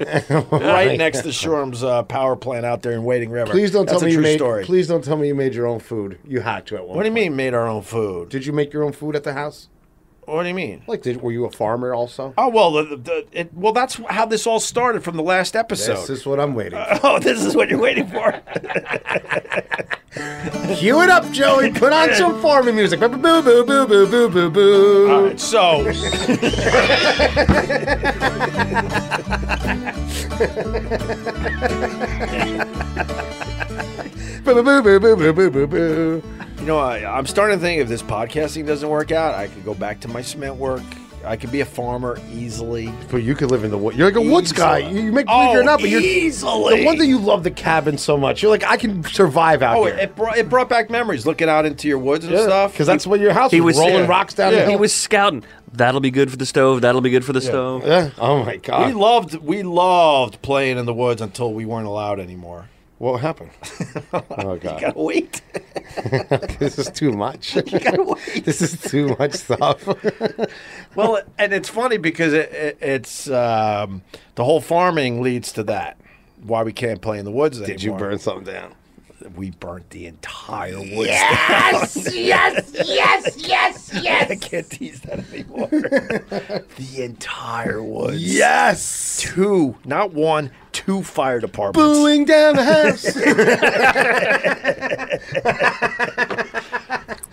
right next to Shoreham's uh, power plant out there in Wading River. Please don't That's tell a me you true made. story. Please don't tell me you made your own food. You had to at one. What do you point. mean made our own food? Did you make your own food at the house? What do you mean? Like, did, were you a farmer also? Oh well, the, the, the- it, well that's how this all started from the last episode. This is what I'm waiting. for. oh, this is what you're waiting for. Cue it up, Joey. Put on some farming music. Boo boo boo boo boo boo boo boo. All right, so Boo boo boo boo boo boo boo boo. you know, I, I'm starting to think if this podcasting doesn't work out, I could go back to my cement work. I could be a farmer easily. But you could live in the wood. You're like a woods guy. Easily. You you make believe it or Oh, not, but you're easily. The one thing you love the cabin so much. You're like, I can survive out Oh, here. it, it brought it brought back memories looking out into your woods and stuff. because that's what your house he was, was- rolling yeah. rocks down Yeah. the hill. He was scouting. That'll be good for the stove. That'll be good for the stove. Yeah. Oh my we god. loved we loved playing in the woods until we weren't allowed anymore. what happened? oh god. Wait. This is too much. this is too much stuff. well, and it's funny because it, it, it's um, the whole farming leads to that. Why we can't play in the woods Did you anymore? burn something down? We burnt the entire woods. yes, yes, yes, I yes. can't tease that anymore. the entire woods. Yes. Two, not one, two fire departments. Booing down the house.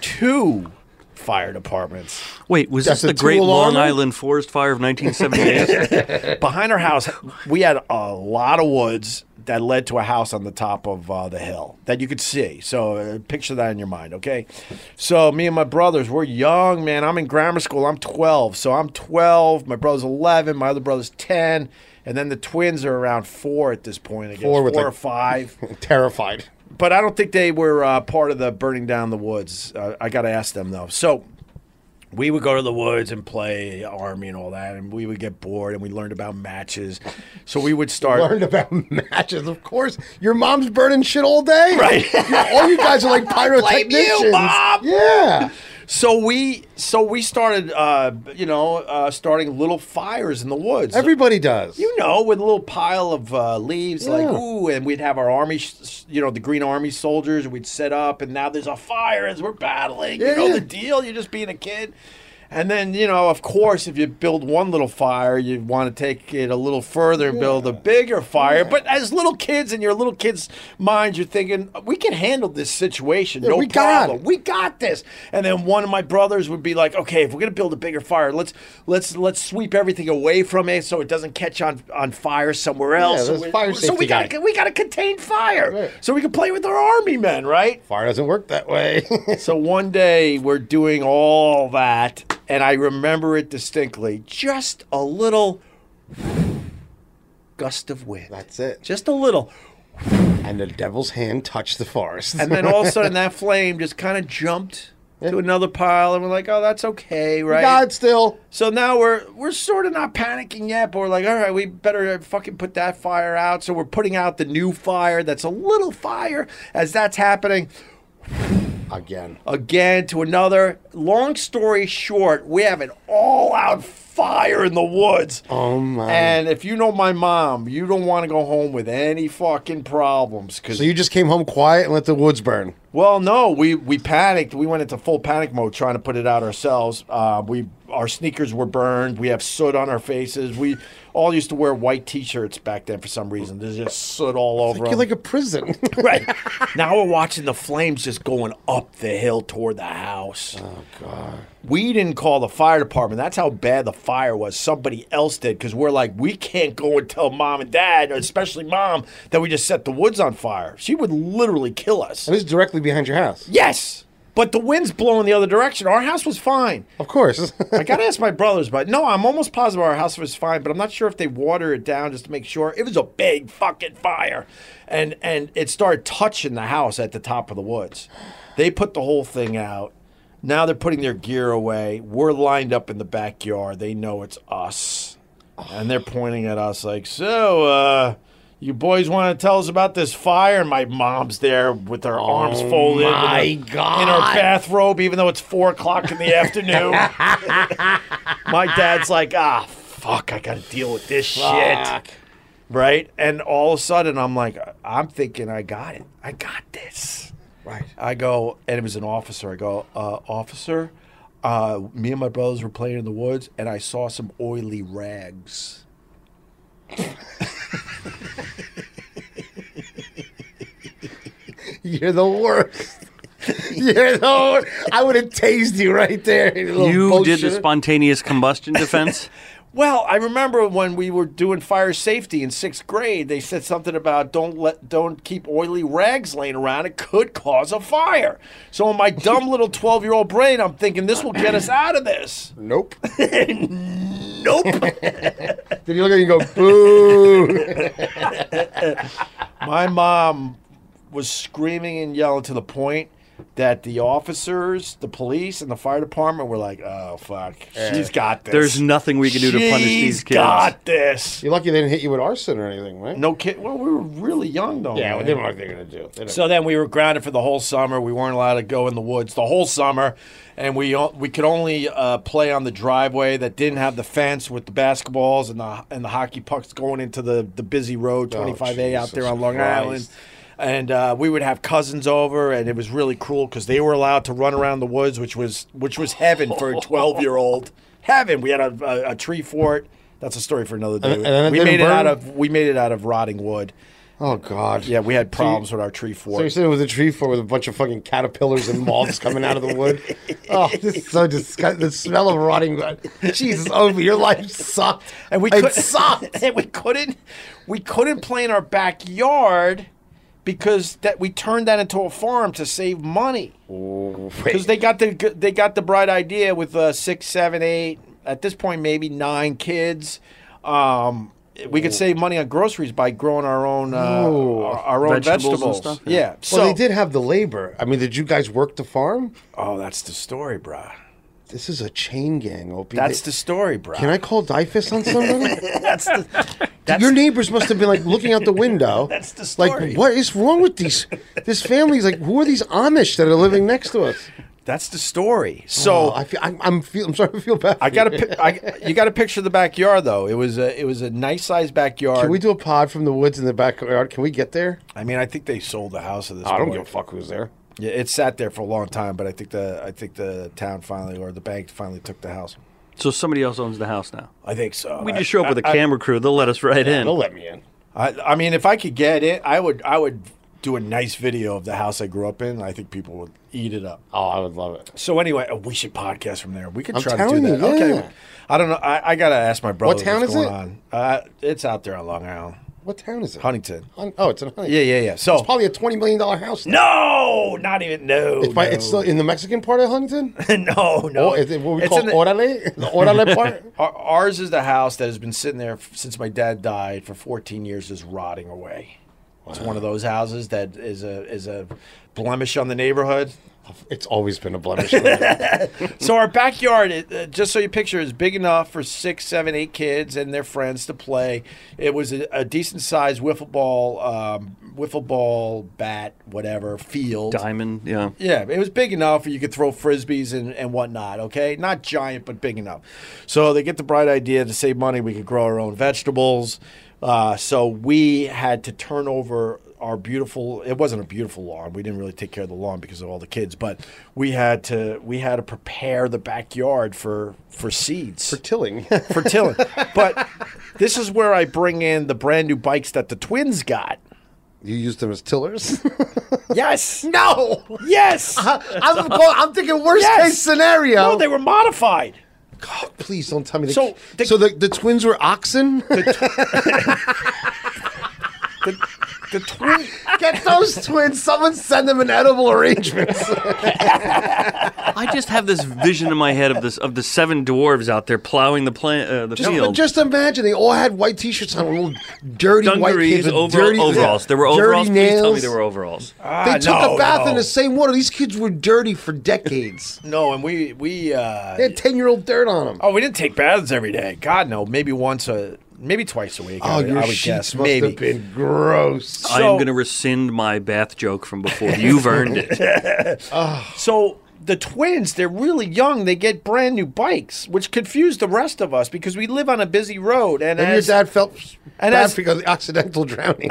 Two fire departments Wait, was That's this a the Great tool Long armor? Island Forest Fire of 1978? behind our house. We had a lot of woods that led to a house on the top of uh, the hill that you could see. So uh, picture that in your mind, okay? So me and my brothers, we're young, man. I'm in grammar school. I'm 12, so I'm 12. My brother's 11. My other brother's 10. And then the twins are around four at this point. I guess. Four with, four like- or five. Terrified. but I don't think they were uh, part of the burning down the woods. Uh, I got to ask them though. So we would go to the woods and play army and all that, and we would get bored, and we learned about matches. So we would start. learned about matches. Of course, your mom's burning shit all day. Right. You're- all you guys are like pyrotechnicians. Mom. Yeah. So we so we started, uh, you know, uh, starting little fires in the woods. Everybody does. you know, with a little pile of uh, leaves, like Yeah. ooh, and we'd have our army, sh- sh- you know, the Green Army soldiers, and we'd set up, and now there's a fire as we're battling. Yeah, you know yeah. the deal. You're just being a kid, and then you know, of course, if you build one little fire, you want to take it a little further and build a bigger fire. But as little kids in your little kids' minds, you're thinking we can handle this situation. no we got problem. it. We got this. And then one of my brothers would be like, "Okay, if we're gonna build a bigger fire, let's let's let's sweep everything away from it so it doesn't catch on on fire somewhere else." there's so we, fire so safety we gotta guy. we gotta contain fire Right. so we can play with our army men, right? Fire doesn't work that way. So one day we're doing all that, and I remember it distinctly. Just a little gust of wind. That's it. Just a little. And the devil's hand touched the forest. And then all of a sudden that flame just kind of jumped to another pile, and we're like, oh, that's okay, right? God, still. So now we're we're sort of not panicking yet, but we're like, all right, we better fucking put that fire out. So we're putting out the new fire that's a little fire as that's happening Again. again to another. Long story short, we have an all out fire in the woods. Oh, my. And if you know my mom, you don't want to go home with any fucking problems. Cause so you just came home quiet and let the woods burn. well, no, we we panicked. We went into full panic mode trying to put it out ourselves. Uh, we our sneakers were burned. We have soot on our faces. We all used to wear white T-shirts back then for some reason. There's just soot all over. You're 'em. like a prison. Right. now we're watching the flames just going up the hill toward the house. Oh, God. We didn't call the fire department. That's how bad the fire was. Somebody else did because we're like, we can't go and tell mom and dad, especially mom, that we just set the woods on fire. She would literally kill us. and this is directly behind your house. Yes. But the wind's blowing the other direction. Our house was fine. Of course. I gotta ask my brothers, but no, I'm almost positive our house was fine, but I'm not sure if they water it down just to make sure. It was a big fucking fire, and and it started touching the house at the top of the woods. They put the whole thing out. Now they're putting their gear away. We're lined up in the backyard. They know it's us, and they're pointing at us like, "So, uh, you boys want to tell us about this fire?" And my mom's there with her arms folded, with my her- in her God. bathrobe, even though it's four o'clock in the afternoon. My dad's like, ah, fuck, I gotta deal with this shit. Right? And all of a sudden, I'm like, I'm thinking, I got it. I got this. right. I go, and it was an officer. I go, uh, officer, uh, me and my brothers were playing in the woods, and I saw some oily rags. You're the worst. You're the worst. I would have tased you right there. You, little You bullshit. did the spontaneous combustion defense. Well, I remember when we were doing fire safety in sixth grade, they said something about don't let don't keep oily rags laying around. It could cause a fire. So in my dumb little twelve year old brain, I'm thinking this will get us out of this. Nope. Nope. Did you look at you and go, boo? my mom was screaming and yelling to the point that the officers, the police, and the fire department were like, "Oh fuck, she's got this. There's nothing we can do to punish She's these kids. Got this. You're lucky they didn't hit you with arson or anything, right? No kid. Well, we were really young though. Yeah, man. well, they don't know what they're going to do. They don't- So then we were grounded for the whole summer. We weren't allowed to go in the woods the whole summer, and we o- we could only uh, play on the driveway that didn't have the fence with the basketballs and the and the hockey pucks going into the the busy road 25A out there Oh, Jesus on Long Christ. Island. And uh, we would have cousins over, and it was really cruel because they were allowed to run around the woods, which was which was heaven for a twelve year old. Heaven. We had a, a, a tree fort. That's a story for another day. And- and then it we didn't made it out burn? of we made it out of rotting wood. oh, God. Yeah, we had problems with our tree fort. So you're sitting with a tree fort with a bunch of fucking caterpillars and moths coming out of the wood. Oh, this is so disgusting. The smell of rotting wood. Jesus, Ovi, your life sucked. and we it could, sucked. and we couldn't we couldn't play in our backyard because that we turned that into a farm to save money because they got the good- they got the bright idea with uh, six seven eight at this point maybe nine kids um, we could save money on groceries by growing our own uh, our, our own vegetables, Vegetables and stuff, yeah, yeah. so Well, they did have the labor. I mean, did you guys work the farm? oh that's the story bruh This is a chain gang, Opie. that's They- the story bruh Can I call Dyfus on somebody? that's the Your neighbors must have been like looking out the window. That's the story. Like, what is wrong with these? This family's like, who are these Amish that are living next to us? that's the story Oh, so I feel, I'm, I'm, feel, I'm sorry, I feel bad. I for got you. to. I you got to picture the backyard though. It was a it was a nice sized backyard. Can we do a pod from the woods in the backyard? Can we get there? I mean, I think they sold the house at this. I don't point. give a fuck who's there. Yeah, it sat there for a long time, but I think the I think the town finally or the bank finally took the house. So somebody else owns the house now. I think so. We I- just show up I- with a I- camera crew. They'll let us right They'll in. let me in. I, I mean, if I could get it, I would. I would do a nice video of the house I grew up in. I think people would eat it up. Oh, I would love it. So anyway, oh, we should podcast from there. We could I'm try to do telling that. you, Okay. yeah. I don't know. I, I gotta ask my brother. town what's is going it? On. Uh, it's out there on Long Island, What town is it? Huntington. Hun- oh, it's in Huntington. Yeah, yeah, yeah. So It's probably a $20 million house. No, not even no. It's, by, no. it's still in the Mexican part of Huntington? no, no. Oh, is it what we It's call in the- Orale? The Orale part? Our- ours is the house that has been sitting there f- since my dad died for 14 years, just rotting away. It's one of those houses that is a is a blemish on the neighborhood? It's always been a blemish. so our backyard, it- uh, just so you picture, is big enough for six, seven, eight kids and their friends to play. It was a, a decent sized wiffle ball, um, wiffle ball bat, whatever field. Diamond, yeah. Yeah, it was big enough you could throw frisbees and, and whatnot, okay? Not giant, but big enough. So they get the bright idea to save money, we could grow our own vegetables. Uh, so we had to turn over our beautiful it wasn't a beautiful lawn. We didn't really take care of the lawn because of all the kids, but we had to we had to prepare the backyard for for seeds. For tilling. for tilling. But this is where I bring in the brand new bikes that the twins got. You used them as tillers? yes. No. Yes. I'm, go- I'm thinking worst Yes. case scenario. Uh-huh. No, they were modified. Please don't tell me. They, So so the- so the, the twins were oxen? The twins Get those twins. Someone send them an edible arrangement. I just have this vision in my head of this of the seven dwarves out there plowing the plant, uh, the Just, field. just imagine they all had white t-shirts on, little dirty white kids Dungarees, with over, dirty overalls. There were dirty overalls. Please tell me nails. there were overalls. They Ah, took no, a bath in no. the same water. These kids were dirty for decades. No, and we we uh they had ten-year-old dirt on them. oh we didn't take baths every day. God no, maybe once a maybe twice a week. I, Oh, would- your I would sheets guess must maybe. have been gross. I So- am going to rescind my bath joke from before. You've earned it. So the twins, they're really young. They get brand new bikes, which confused the rest of us because we live on a busy road. And, and your as, dad felt and bad as- because of the accidental drowning.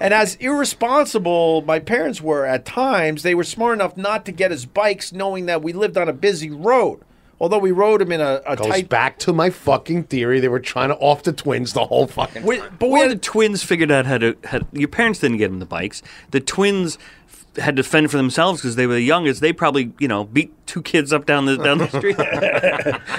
and as irresponsible my parents were at times, they were smart enough not to get us bikes, knowing that we lived on a busy road. Although we rode them in a, a Goes tight. back to my fucking theory. They were trying to off the twins the whole fucking. We, time. but we Or had the twins figured out how to. How, your parents didn't get them the bikes. The twins f- had to fend for themselves because they were the youngest. They probably, you know, beat two kids up down the down the street.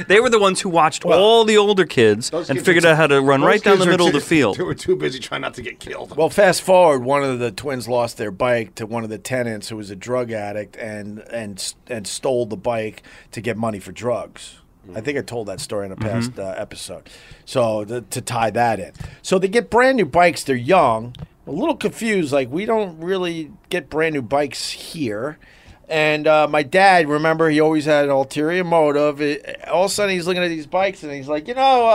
they were the ones who watched all the older kids Those and kids figured were- out how to run Those right down kids the were middle of too- the field. They were too busy trying not to get killed. Well, fast forward, one of the twins lost their bike to one of the tenants who was a drug addict and and and stole the bike to get money for drugs. I think I told that story in a past uh, episode. So th- to tie that in, so they get brand new bikes. They're young, a little confused. Like we don't really get brand new bikes here. And uh, my dad, remember, he always had an ulterior motive. It- all of a sudden, he's looking at these bikes and he's like, you know,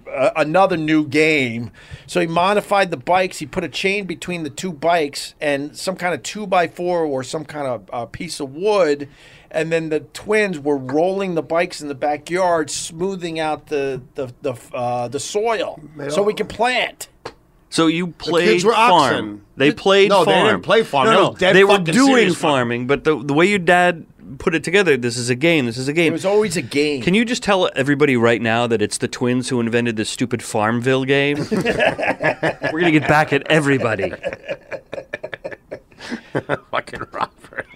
uh, uh, another new game. So he modified the bikes. He put a chain between the two bikes and some kind of two by four or some kind of uh, piece of wood. And then the twins were rolling the bikes in the backyard, smoothing out the the the, uh, the soil so we could plant. So you played kids were farm. oxen. They The- played No, they farm. didn't play farm. No, That no. was dead they were fucking doing serious farm. farming, but the the way your dad put it together, this is a game. This is a It game. was always a game. Can you just tell everybody right now that it's the twins who invented this stupid Farmville game? We're gonna get back at everybody. Uh-huh. fucking Robert.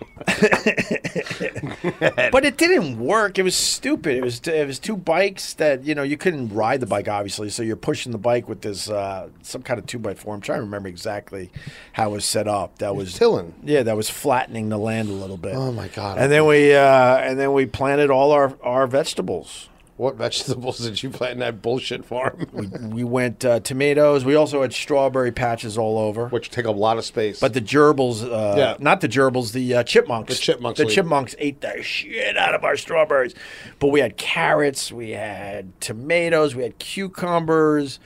But it didn't work. It was stupid. It was it was two bikes that you know you couldn't ride the bike obviously. So you're pushing the bike with this uh, some kind of two by four. I'm trying to remember exactly how it was set up. That was tilling. Yeah, that was flattening the land a little bit. Oh my god! And then we uh, and then we planted all our our vegetables. what vegetables did you plant in that bullshit farm? We went uh, tomatoes. We also had strawberry patches all over. Which take up a lot of space. But the gerbils, uh, Yeah. not the gerbils, the uh, chipmunks. The chipmunks The leave. chipmunks ate the shit out of our strawberries. But we had carrots, we had tomatoes, we had cucumbers.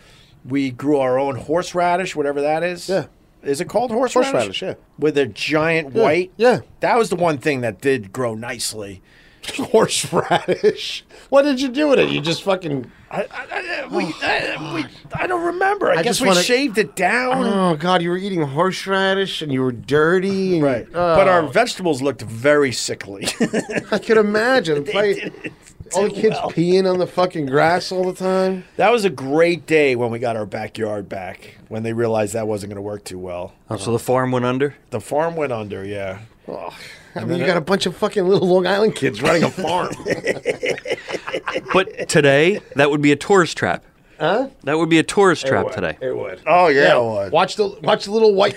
We grew our own horseradish, whatever that is. Yeah. Is it called horseradish? Horseradish, yeah. With a giant Yeah, white. yeah. That was the one thing that did grow nicely. horseradish. What did you do with it? You just fucking. I, I, I, we, I, we, I don't remember. I, guess just we wanna- shaved it down. Oh god, you were eating horseradish and you were dirty. and- Right. Oh, But our vegetables looked very sickly. I could imagine. Play, all the kids peeing on the fucking grass all the time. That was a great day when we got our backyard back when they realized that wasn't going to work too well. so the farm went under. The farm went under, yeah. Oh, I mean, you got a bunch of fucking little Long Island kids running a farm. But today, that would be a tourist trap. Huh? That would be a tourist trap today. It would. Oh yeah. Watch the watch the little white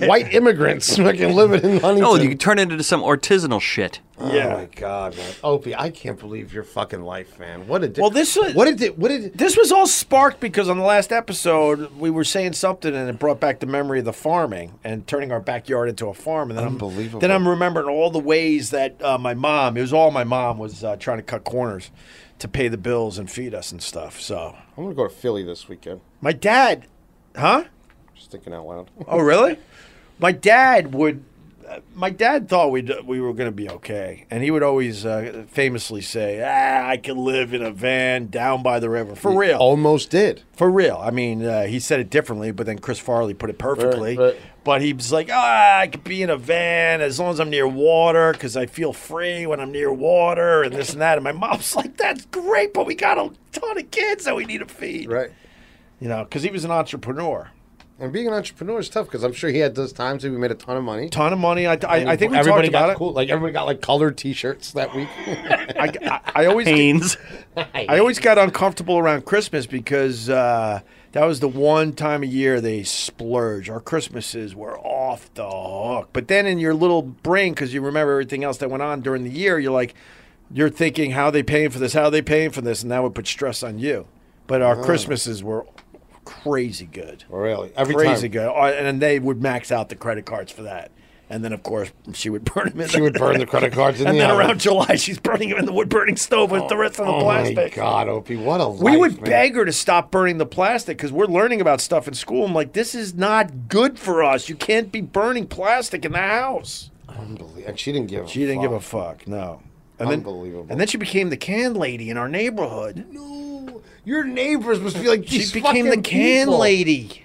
white immigrants fucking living in Huntington. Oh, you can turn it into some artisanal shit. Oh my god, man. Opie, I can't believe your fucking life, man. What a di- Well, this was- What did it what did This was all sparked because on the last episode we were saying something and it brought back the memory of the farming and turning our backyard into a farm. And then Unbelievable. I'm, then I'm remembering all the ways that uh, my mom. It was all my mom was uh, trying to cut corners to pay the bills and feed us and stuff. So I'm going to go to Philly this weekend. my dad, huh? Just thinking out loud. Oh, really? My dad would. uh, My dad thought we we were going to be okay, and he would always uh, famously say, "Ah, I can live in a van down by the river." For real, Almost did. for real. I mean, uh, he said it differently, but then Chris Farley put it perfectly. right. But he was like, ah, I could be in a van as long as I'm near water because I feel free when I'm near water and this and that. And my mom's like, that's great, but we got a ton of kids that we need to feed. Right. You know, because he was an entrepreneur. And being an entrepreneur is tough because I'm sure he had those times that we made a ton of money. Ton of money. I, I, I think we everybody talked got about it. cool. Like everybody got like colored T-shirts that week. I, I, I always Haynes. I always got uncomfortable around Christmas because uh, that was the one time of year they splurge. Our Christmases were off the hook. But then in your little brain, because you remember everything else that went on during the year, you're like, you're thinking, how are they paying for this? How are they paying for this? And that would put stress on you. But Ah. our Christmases were crazy good. really? Every Crazy time. good. Uh, And then they would max out the credit cards for that. And then, of course, she would burn them in She the- would burn the credit cards in and the then oven. around July, she's burning them in the wood burning stove with the rest of the Oh plastic. my God, Opie, what a We life, would man. beg her to stop burning the plastic because we're learning about stuff in school. I'm like, this is not good for us. You can't be burning plastic in the house. Unbelievable. And she didn't give. She didn't give a fuck. No. And Unbelievable. Then, and then she became the can lady in our neighborhood. No, your neighbors must be like She these became the fucking can people. lady.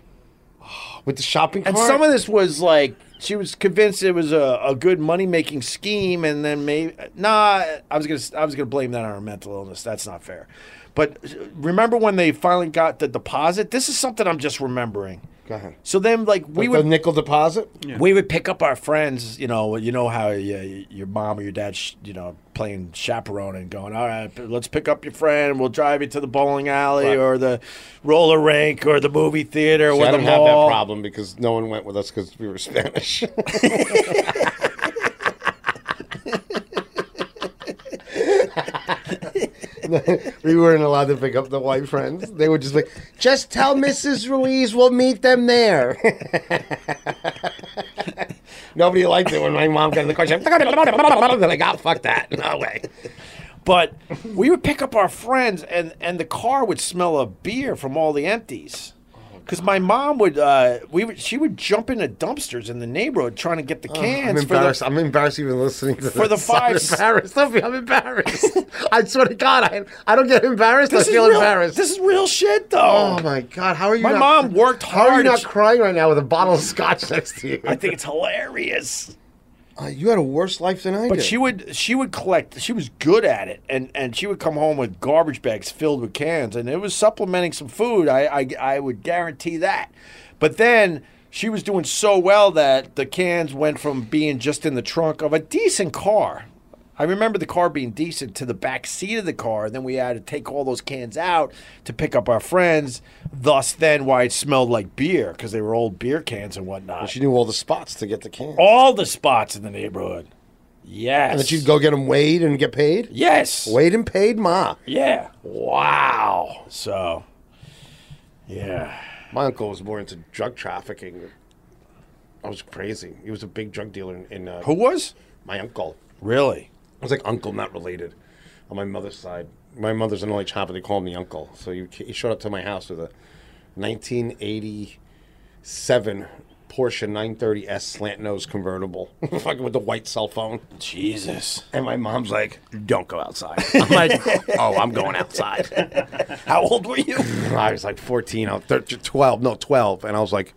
with the shopping cart. And some of this was like she was convinced it was a, a good money making scheme, and then maybe nah. I was gonna I was gonna blame that on her mental illness. That's not fair. But remember when they finally got the deposit? This is something I'm just remembering. Go ahead. So then, like we we would the nickel deposit. we would pick up our friends. You know, you know how yeah, your mom or your dad, sh- you know, playing chaperone and going, all right, let's pick up your friend. We'll drive you to the bowling alley Right. or the roller rink or the movie theater See, or I the don't have mall. that problem because no one went with us because we were Spanish. we weren't allowed to pick up the white friends. They were just like, just tell Mrs. Ruiz we'll meet them there. Nobody liked it when my mom got in the car. She went, They're like, oh, fuck that. No way. But we would pick up our friends, and and the car would smell of beer from all the empties. Because my mom would, uh, we would, she would jump into dumpsters in the neighborhood trying to get the I'm cans for embarrassed. the. I'm embarrassed even listening to For the this. I'm five- embarrassed. Sophie, I'm embarrassed. I swear to God, I, I don't get embarrassed. I This is feel real- embarrassed. This is real shit, though. oh my God, how are you? My not- mom worked How are you hard. not crying right now with a bottle of scotch next to you? I think it's hilarious. Uh, you had a worse life than I But she would she would collect. She was good at it, and and she would come home with garbage bags filled with cans, and it was supplementing some food. I I, I would guarantee that. But then she was doing so well that the cans went from being just in the trunk of a decent car. I remember the car being decent to the back seat of the car. Then we had to take all those cans out to pick up our friends. Thus, then why it smelled like beer because they were old beer cans and whatnot. She knew all the spots to get the can, all the spots in the neighborhood. Yes. and then she'd go get them weighed and get paid. Yes. Weighed and paid, ma. Yeah. Wow. So. Yeah. My uncle was more into drug trafficking. I was crazy. He was a big drug dealer in, in uh, Who was? my uncle. Really? I was like uncle, not related, on my mother's side. My mother's an only child, but they call me uncle. So he, he showed up to my house with a 1987 Porsche 930S slant nose convertible, fucking with the white cell phone. Jesus. And my mom's like, "Don't go outside." I'm like, "Oh, I'm going outside." How old were you? I was like 14, I was 13, 12, no 12, and I was like,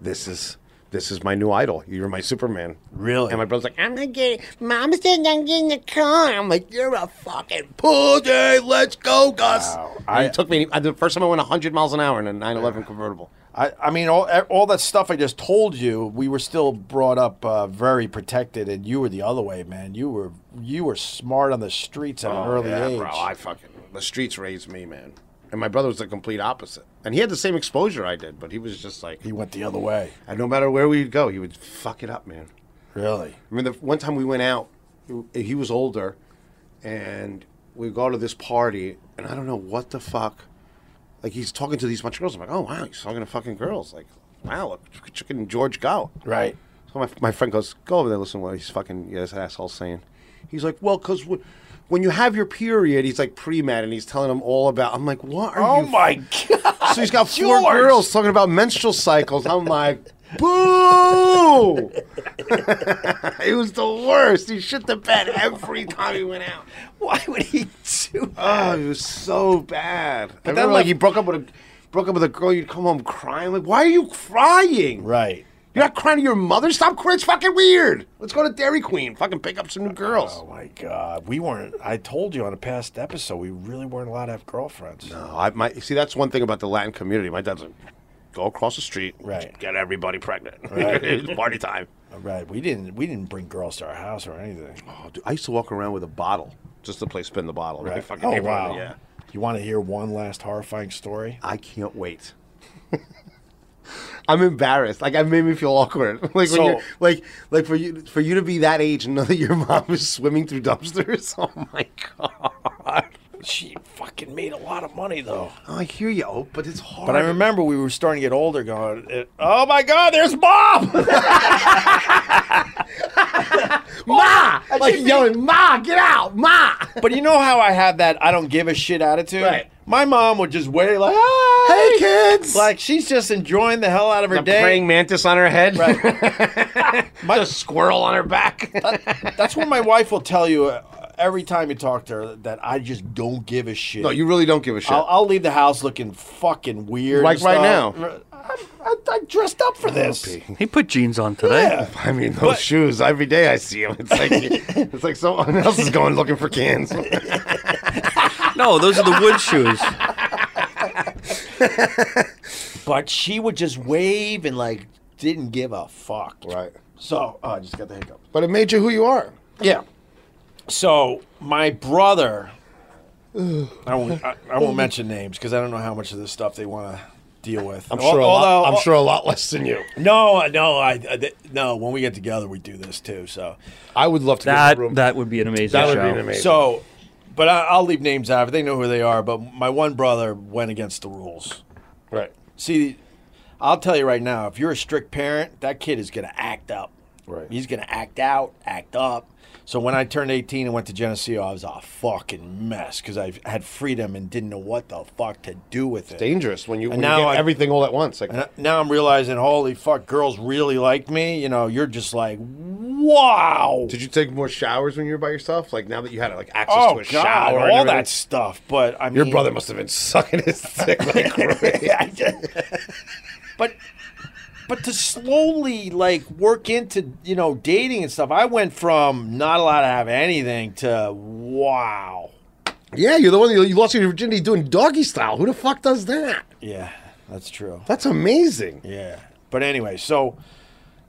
"This is this is my new idol. You're my Superman." Really? And my brother's like, I'm gonna get it. Mom said I'm getting the car. I'm like, you're a fucking pussy. Let's go, Gus. Wow. And he I- took me. The first time I went 100 miles an hour in a 911 convertible. I, I mean, all, e, all that stuff I just told you, we were still brought up uh, very protected, and you were the other way, man. You were Oh, you were smart on the streets at an early age. bro. I fucking the streets raised me, man. And my brother was the complete opposite. And he had the same exposure I did, but he was just like, He went the other way. and no matter where we'd go, he would fuck it up, man. Really? I mean, the one time we went out, he was older, and we go to this party, and I don't know what the fuck. Like he's talking to these bunch of girls. I'm like, oh wow, he's talking to fucking girls. Like, wow, look, chicken and George go. Right. So my, my friend goes, go over there, listen to what he's fucking yeah, this asshole's saying. He's like, well, because w- when you have your period, he's like pre med, and he's telling him all about. I'm like, what are Oh you? my god. So he's got four George! girls talking about menstrual cycles. I'm like, boo! it was the worst. He shit the bed every time he went out. Why would he do? Oh, it was so bad. I remember, then, like like- he broke up with a broke up with a girl. You'd come home crying. Like, why are you crying? Right. You're not crying to your mother. Stop crying. It's fucking weird. Let's go to Dairy Queen. Fucking pick up some new girls. Oh my god. We weren't. I told you on a past episode, we really weren't allowed to have girlfriends. No, I my see that's one thing about the Latin community. My dad's like, go across the street, Right. Get everybody pregnant. Right. it's party time. Right. We didn't. We didn't bring girls to our house or anything. Oh, dude, I used to walk around with a bottle just to play spin the bottle. Right? Right. Fucking Oh neighborhood, wow. Yeah. You want to hear one last horrifying story? I can't wait. I'm embarrassed. Like it made me feel awkward. Like So- when you're, like like for you for you to be that age and know that your mom is swimming through dumpsters. Oh my god. She fucking made a lot of money though. Oh, I hear you, Ope, but it's hard. But I remember we were starting to get older, going, eh, "Oh my God, there's Bob!" Ma, like yelling, Ma, get out, Ma. but you know how I had that "I don't give a shit" attitude. Right. My mom would just wait, like, "Ah!" Hey kids. like she's just enjoying the hell out of her the day. praying mantis on her head. Right. the squirrel on her back. That's what my wife will tell you uh, every time you talk to her that I just don't give a shit. no, you really don't give a shit. I'll, I'll leave the house looking fucking weird. Like and right stuff. now. I, I, I dressed up for this. He put jeans on today. Yeah. I mean, those shoes. Every day I see them. It's like it's like someone else is going looking for cans. No, those are the wood shoes. But she would just wave and like didn't give a fuck. right. So oh, I just got the hiccup. But it made you who you are. Yeah. So my brother, I won't, I, I won't mention names because I don't know how much of this stuff they want to deal with. I'm sure. A Although- lot, I'm sure a lot less than you. No, no, I, I th- no. When we get together, we do this too. So, I would love to That get the room. that would be an amazing That would show. be an amazing. so, but I, I'll leave names out. of it. They know who they are. But my one brother went against the rules. right. See, I'll tell you right now, if you're a strict parent, that kid is going to act up. Right. He's going to act out, act up. So when I turned 18 and went to Geneseo, I was a fucking mess because I had freedom and didn't know what the fuck to do with it. Dangerous when you, when And you now get I- everything all at once. Like And I- now I'm realizing, holy fuck, girls really like me. You know, you're just like, wow. Did you take more showers when you were by yourself? Like now that you had like access Oh to a god, shower, and all everything? that stuff. But I mean, Your brother must have been sucking his dick like crazy. but but to slowly like work into you know dating and stuff. I went from not allowed to have anything to wow. Yeah, you're the one you you lost your virginity doing doggy style. Who the fuck does that? Yeah, that's true. That's amazing. Yeah, but anyway, so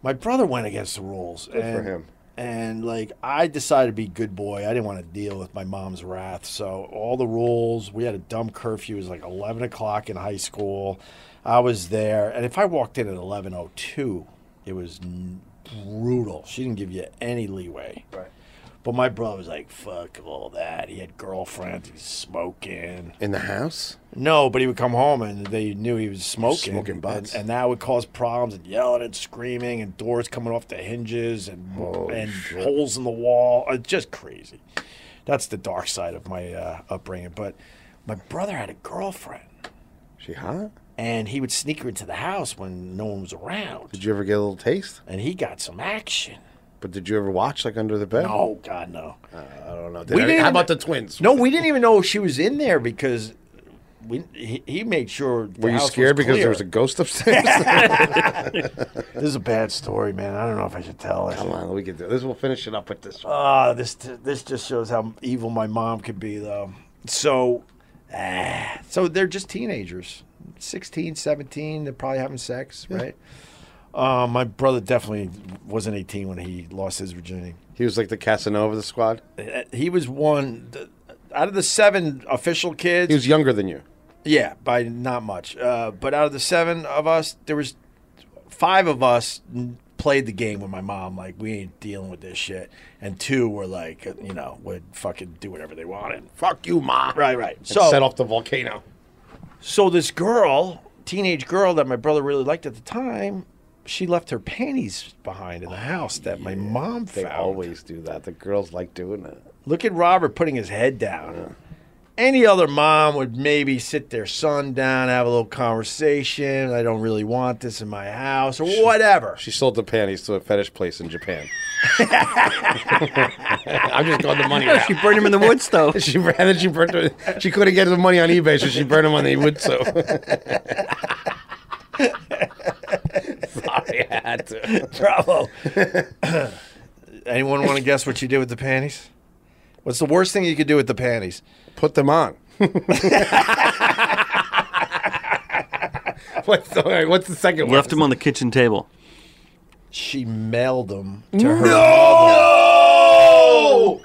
my brother went against the rules. Good and, him. And like I decided to be good boy. I didn't want to deal with my mom's wrath. So all the rules. We had a dumb curfew. It was like eleven o'clock in high school. I was there, and if I walked in at eleven o two, it was n- brutal. She didn't give you any leeway. Right. But my brother was like, "Fuck all that." He had girlfriends. He's smoking. In the house? No, but he would come home and they knew he was smoking. Smoking butts. And, and that would cause problems and yelling and screaming and doors coming off the hinges and and holes in the wall. Uh, just crazy. That's the dark side of my uh, upbringing. But my brother had a girlfriend She hot? and he would sneak her into the house when no one was around. Did you ever get a little taste? And he got some action. But did you ever watch like under the bed? Oh, God, no. I don't know. We Did I- didn't how even- about the twins? No, we didn't even know she was in there because we, he, he made sure. the Were you house was scared because there clear. was a ghost upstairs? This is a bad story, man. I don't know if I should tell it. Come on, we can do this. We'll finish it up with this. one. Ah, this this just shows how evil my mom could be, though. So, ah, so they're just teenagers, 16, 17. They're probably having sex, right? Uh, my brother definitely wasn't 18 when he lost his virginity. He was like the Casanova of the squad. Uh, He was one th- out of the seven official kids. He was younger than you. Yeah, by not much. Uh, but out of the seven of us, there was five of us n- played the game with my mom. Like we ain't dealing with this shit. And two were like, you know, would fucking do whatever they wanted. Fuck you, ma. Right, right. And set off the volcano. So this girl, teenage girl that my brother really liked at the time, she left her panties behind in the house that my mom Oh, They found. always do that. The girls like doing it. Look at Robert putting his head down. Any other mom would maybe sit their son down, have a little conversation. I don't really want this in my house or whatever. She sold the panties to a fetish place in Japan. I'm just going the money route. She burned him in the woods, though. She ran and she burned. Her, she couldn't get the money on eBay, so she burned them on the wood stove. Sorry, I had to. Bravo. Anyone want to guess what you did with the panties? What's the worst thing you could do with the panties? Put them on. what's, the, all right, what's the second one? Left him on the kitchen table. She mailed them to her. No!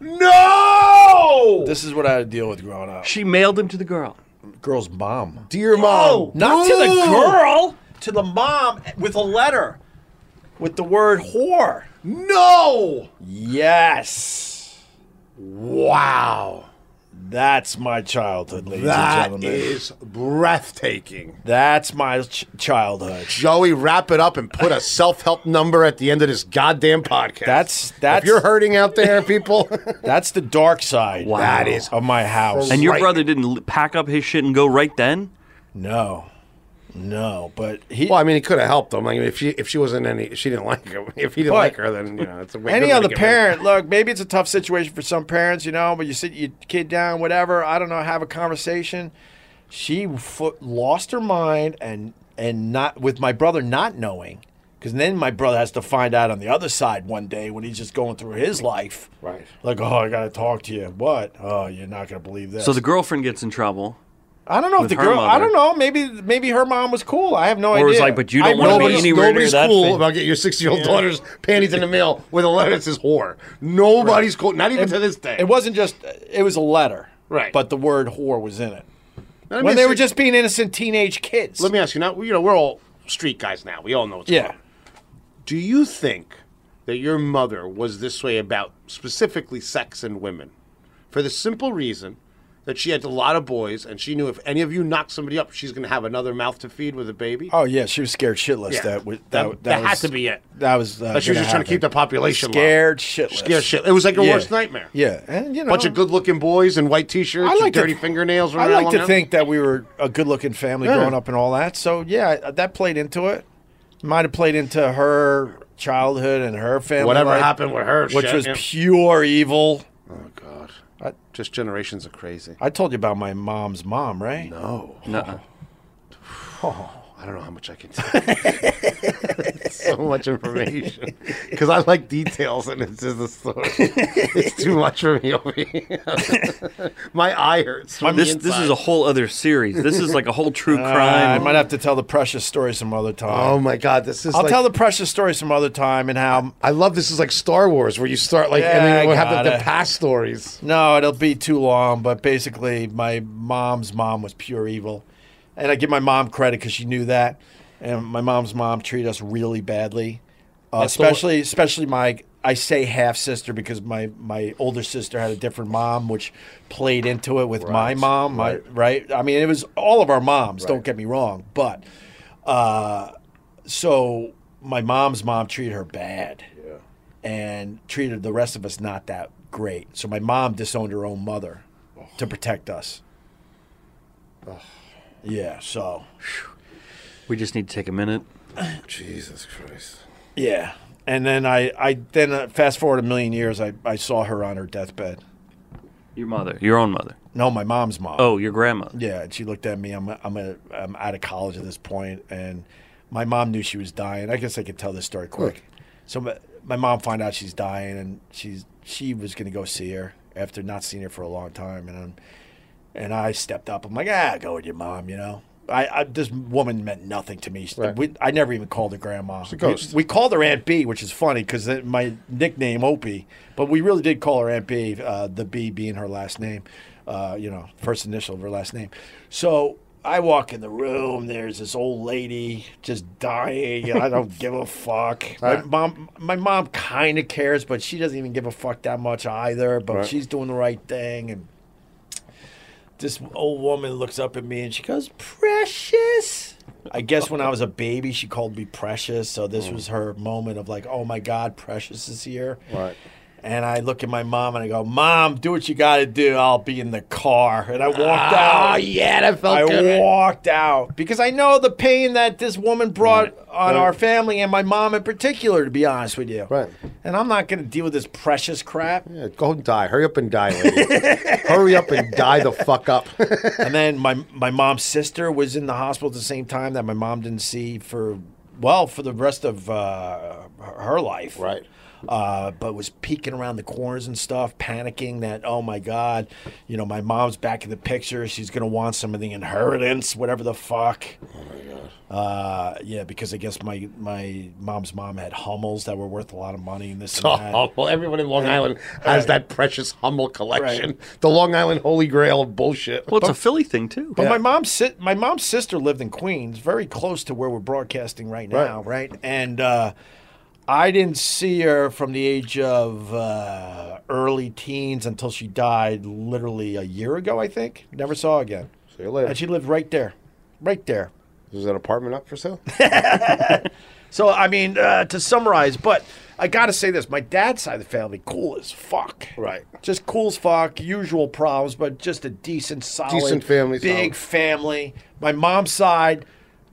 No! This is what I had to deal with growing up. She mailed him to the girl. Girl's mom. Dear mom. Oh, Not to No! the girl, to the mom with a letter with the word whore. No! Yes. Wow. That's my childhood, ladies and That gentlemen. is breathtaking. That's my ch- childhood. Joey, wrap it up and put a self-help number at the end of this goddamn podcast. That's- that's- if you're hurting out there, people. That's the dark side. Wow. That is- of my house. And your Right. brother didn't l- pack up his shit and go right then? no, no, but he. well, I mean, it could have helped him. I mean, if she if she wasn't any, if she didn't like him. If he didn't But- like her, then you know, it's a way any good way other to get rid of parent, look, maybe it's a tough situation for some parents, you know, but you sit your kid down, whatever. I don't know, have a conversation. She fo- lost her mind, and and not with my brother not knowing, because then my brother has to find out on the other side one day when he's just going through his life. Right. Like, oh, I gotta talk to you. What? Oh, you're not gonna believe this. So the girlfriend gets in trouble. I don't know if with the her girl. I mother. don't know. Maybe maybe her mom was cool. I have no idea. Or was like, but you I don't wanna be wouldn't Nobody's, anywhere near nobody's that cool thing. about getting your six-year-old daughter's panties in the mail with a letter that says "whore." Nobody's cool, not even to this day. It wasn't just. It was a letter. Right. But the word whore was in it. Let me when they ask were you- just being innocent teenage kids. Let me ask you now. You know, we're all street guys now. We all know. What's going yeah. on. Do you think that your mother was this way about specifically sex and women? For the simple reason that she had a lot of boys and she knew if any of you knock somebody up, she's going to have another mouth to feed with a baby. Oh yeah, she was scared shitless. Yeah. That was that, That- that, that had was- to be it. That was uh, But she was just trying to keep the population low. scared shitless. Scared shit. It was like her Yeah. worst nightmare. Yeah, and you know, Bunch of good-looking boys in white t-shirts, I with like to- dirty fingernails. I running like along to the- think that we were a good-looking family Yeah. growing up and all that. So yeah, that played into it. Might have played into her childhood and her family. whatever life, happened with her, which shit, was yeah. pure evil. oh god, just generations of crazy. I told you about my mom's mom, right? No, Nuh-uh. Oh, I don't know how much I can tell. you. so much information because I like details, and it's just a story. it's too much for me over here. My eye hurts. from the This this is inside. a whole other series. This is like a whole true Uh, I crime. might have to tell the precious story some other time. Oh my god, this is. I'll like, tell the precious story some other time and how. I love this is like Star Wars where you start like and Yeah, I then we'll have the, got the it. past stories. No, it'll be too long, but basically, my mom's mom was pure evil. And I give my mom credit because she knew that. And my mom's mom treated us really badly. Uh, the one- especially, especially my, I say half sister because my, my older sister had a different mom, which played into it with my Right, mom, my- right. right? I mean, it was all of our moms, don't get me wrong. But uh, so my mom's mom treated her bad and treated the rest of us not that great. So my mom disowned her own mother to protect us. Yeah, so we just need to take a minute. Jesus Christ. yeah. And then I, I then uh, fast forward a million years, I, I saw her on her deathbed. Your mother, your own mother. No, my mom's mom. Oh, your grandmother. Yeah, and she looked at me. I'm I'm a, I'm out of college at this point, and my mom knew she was dying. I guess I could tell this story quick. So my, my mom found out she's dying, and she's she was gonna go see her after not seeing her for a long time, and I'm, and I stepped up. I'm like, ah, go with your mom, you know. I, I this woman meant nothing to me. She- Right. We, I never even called her grandma. a ghost. We, we called her Aunt B, which is funny because my nickname Opie, but we really did call her Aunt B. Uh, the B being her last name. uh, you know, first initial of her last name. So I walk in the room. There's this old lady just dying. and I don't give a fuck. My mom, my mom kind of cares, but she doesn't even give a fuck that much either. But she's doing the right thing. And this old woman looks up at me and she goes, "Precious." I guess when I was a baby, she called me precious. So this was her moment of like, "Oh my God, precious is here." Right. And I look at my mom and I go, "Mom, do what you got to do. I'll be in the car." And I walked out. Oh yeah, that felt I good. walked out because I know the pain that this woman brought on our family and my mom in particular. To be honest with you, Right. And I'm not going to deal with this precious crap. Yeah, go and die. Hurry up and die, lady. Hurry up and die the fuck up. and then my my mom's sister was in the hospital at the same time that my mom didn't see for well for the rest of uh, her her life. Right. Uh, but was peeking around the corners and stuff, panicking that oh my god, you know my mom's back in the picture. She's gonna want some of the inheritance, whatever the fuck. Oh my god. Uh, yeah, because I guess my my mom's mom had Hummels that were worth a lot of money and this and that. well, everyone in Long Island has that precious Hummel collection. The Long Island Holy Grail of bullshit. Well, it's a Philly thing too. But my mom's si- my mom's sister lived in Queens, very close to where we're broadcasting right now, right? And uh, I didn't see her from the age of uh, early teens until she died, literally a year ago, I think. Never saw her again, See you later. and she lived right there, right there. Is that apartment up for sale? So I mean, uh, to summarize, but I gotta say this: my dad's side of the family, cool as fuck. Right. Just cool as fuck. Usual problems, but just a decent, solid, Decent family, big solid. family. My mom's side,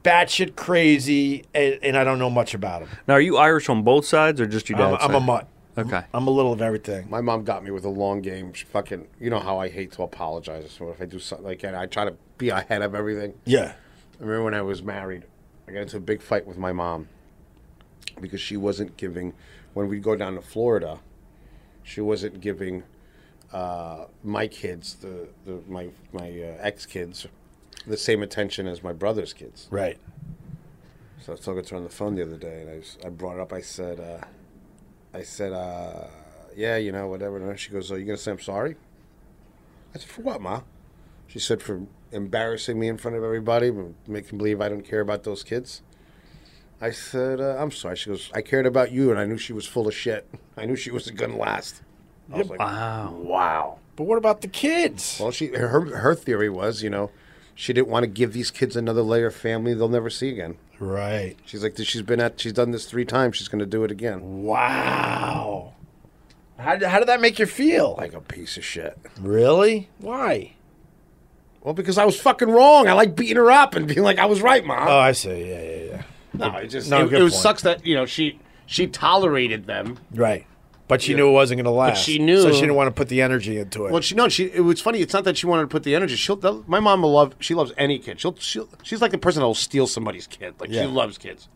batshit crazy, and, and I don't know much about them. Now, are you Irish on both sides or just your I'm, dad's I'm a side? mutt. Okay. I'm a little of everything. My mom got me with a long game. She fucking, you know how I hate to apologize. So if I do something like that, I try to be ahead of everything. Yeah. I remember when I was married, I got into a big fight with my mom because she wasn't giving. When we'd go down to Florida, she wasn't giving uh, my kids, the, the my my uh, ex kids, the same attention as my brother's kids. Right. So I was talking to her on the phone the other day, and I, s- I brought it up. I said, uh, I said, uh, yeah, you know, whatever. And she goes, "Are you gonna say I'm sorry?" I said, "For what, ma?" She said, "For embarrassing me in front of everybody, for making believe I don't care about those kids." I said, uh, "I'm sorry." She goes, "I cared about you, and I knew she was full of shit. I knew she wasn't gonna last." I was like, Wow. "Wow." But what about the kids? Well, she her her theory was, you know, she didn't want to give these kids another layer of family they'll never see again. Right. She's like, she's been at, she's done this three times. She's going to do it again. Wow. How, did- how did that make you feel? Like a piece of shit. really? Why? Well, because I was fucking wrong. I like beating her up and being like, I was right, mom. Oh, I see. Yeah, yeah, yeah. Uh, no, it just, no, it, Oh, good it was point. sucks that you know she she tolerated them. Right. But she knew it wasn't going to last. she knew- So she didn't want to put the energy into it. Well, she no, she. It was funny. It's not that she wanted to put the energy. She'll. that- My mom will love. She loves any kid. She'll. She'll. She's like the person that will steal somebody's kid. Like Yeah. she loves kids,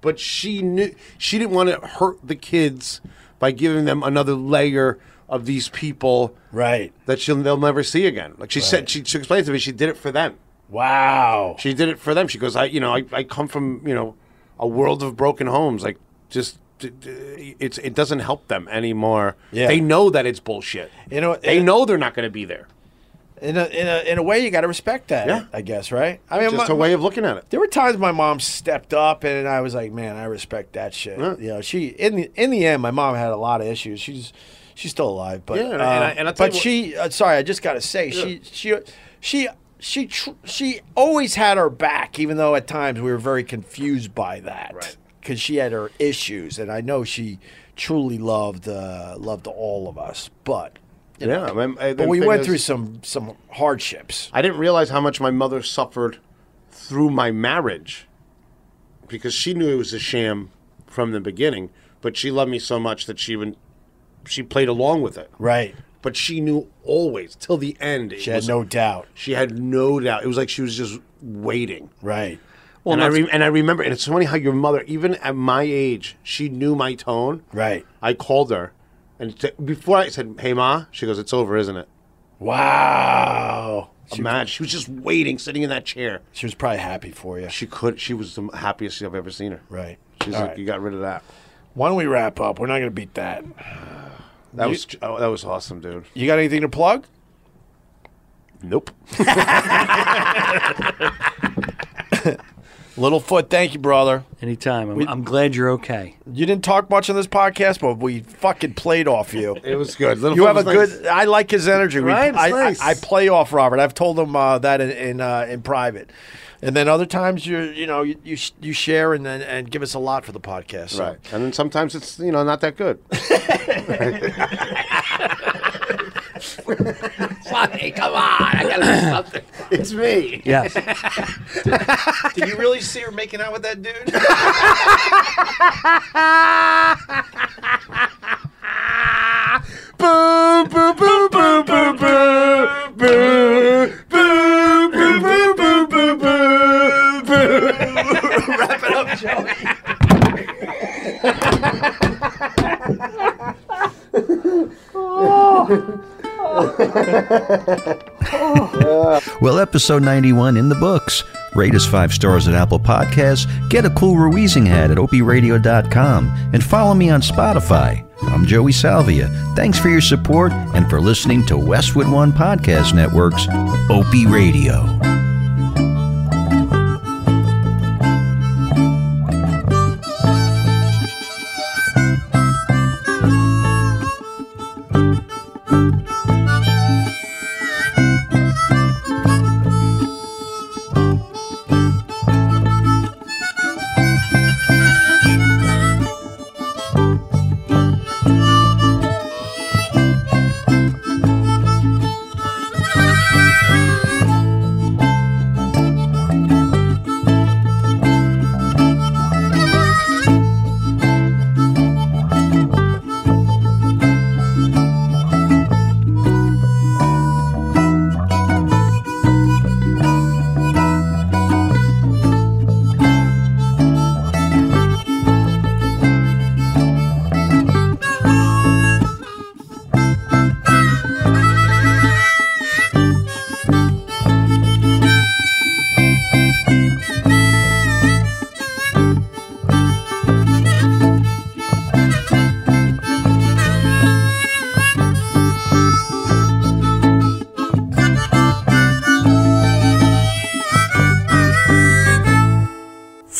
but she knew she didn't want to hurt the kids by giving them another layer of these people right. that she'll they'll never see again. Like she said, she, she explained to me she did it for them. Wow. She did it for them. She goes, I, you know, I, I come from, you know, a world of broken homes. Like, just d- d- it's it doesn't help them anymore. Yeah. They know that it's bullshit. You know, they it- know they're not going to be there. In a, in a, in a way, you got to respect that, Yeah. I guess, right? I mean, Just my- a way of looking at it. there were times my mom stepped up and I was like, man, I respect that shit. Yeah. You know, she, in the, in the end, my mom had a lot of issues. She's, she's still alive, but, Yeah, and uh, I- and I'll tell but you what- she, uh, sorry, I just got to say, she, she, she, she, tr- she always had her back, even though at times we were very confused by that. Right. Because she had her issues, and I know she truly loved uh, loved all of us, but Yeah, I mean, I- but the we thing went is, through some some hardships. I didn't realize how much my mother suffered through my marriage because she knew it was a sham from the beginning. But she loved me so much that she even she played along with it. Right. But she knew always till the end. it She had was- no doubt. She had no doubt. It was like she was just waiting. Right. Well, and I that's- re- and I remember, and it's funny how your mother, even at my age, she knew my tone. Right. I called her, and t- before I said, "Hey, ma," she goes, "It's over, isn't it?" Wow. She, Imagine she was just waiting, sitting in that chair. She was probably happy for you. She could. She was the happiest I've ever seen her. Right. She's All like, right. "You got rid of that. Why don't we wrap up? We're not going to beat that. That was oh, that was awesome, dude." You got anything to plug? Nope. Littlefoot, thank you, brother. Anytime. I'm, I'm glad you're okay. You didn't talk much on this podcast, but we fucking played off you. It was good. Little You Foot have a was nice. good. I like his energy. We- Right? It's I, nice. I, I play off Robert. I've told him uh, that in in, uh, in private, and then other times you you know you you, sh- you share and then and give us a lot for the podcast. so. Right. And then sometimes it's, you know, not that good. Funny, come on. I gotta do something. It's me. Yes. Did you really see her making out with that dude? Boo, boo, boo, boo, boo, boo, boo, boo, boo, boo, boo, boo, boo, boo. Well, episode 91 in the books. Rate us five stars at Apple Podcasts. Get a cool Ruizing hat at opradio.com and follow me on Spotify. I'm Joey Salvia. Thanks for your support and for listening to Westwood One Podcast Network's Opie Radio.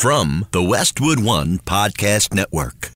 From the Westwood One Podcast Network.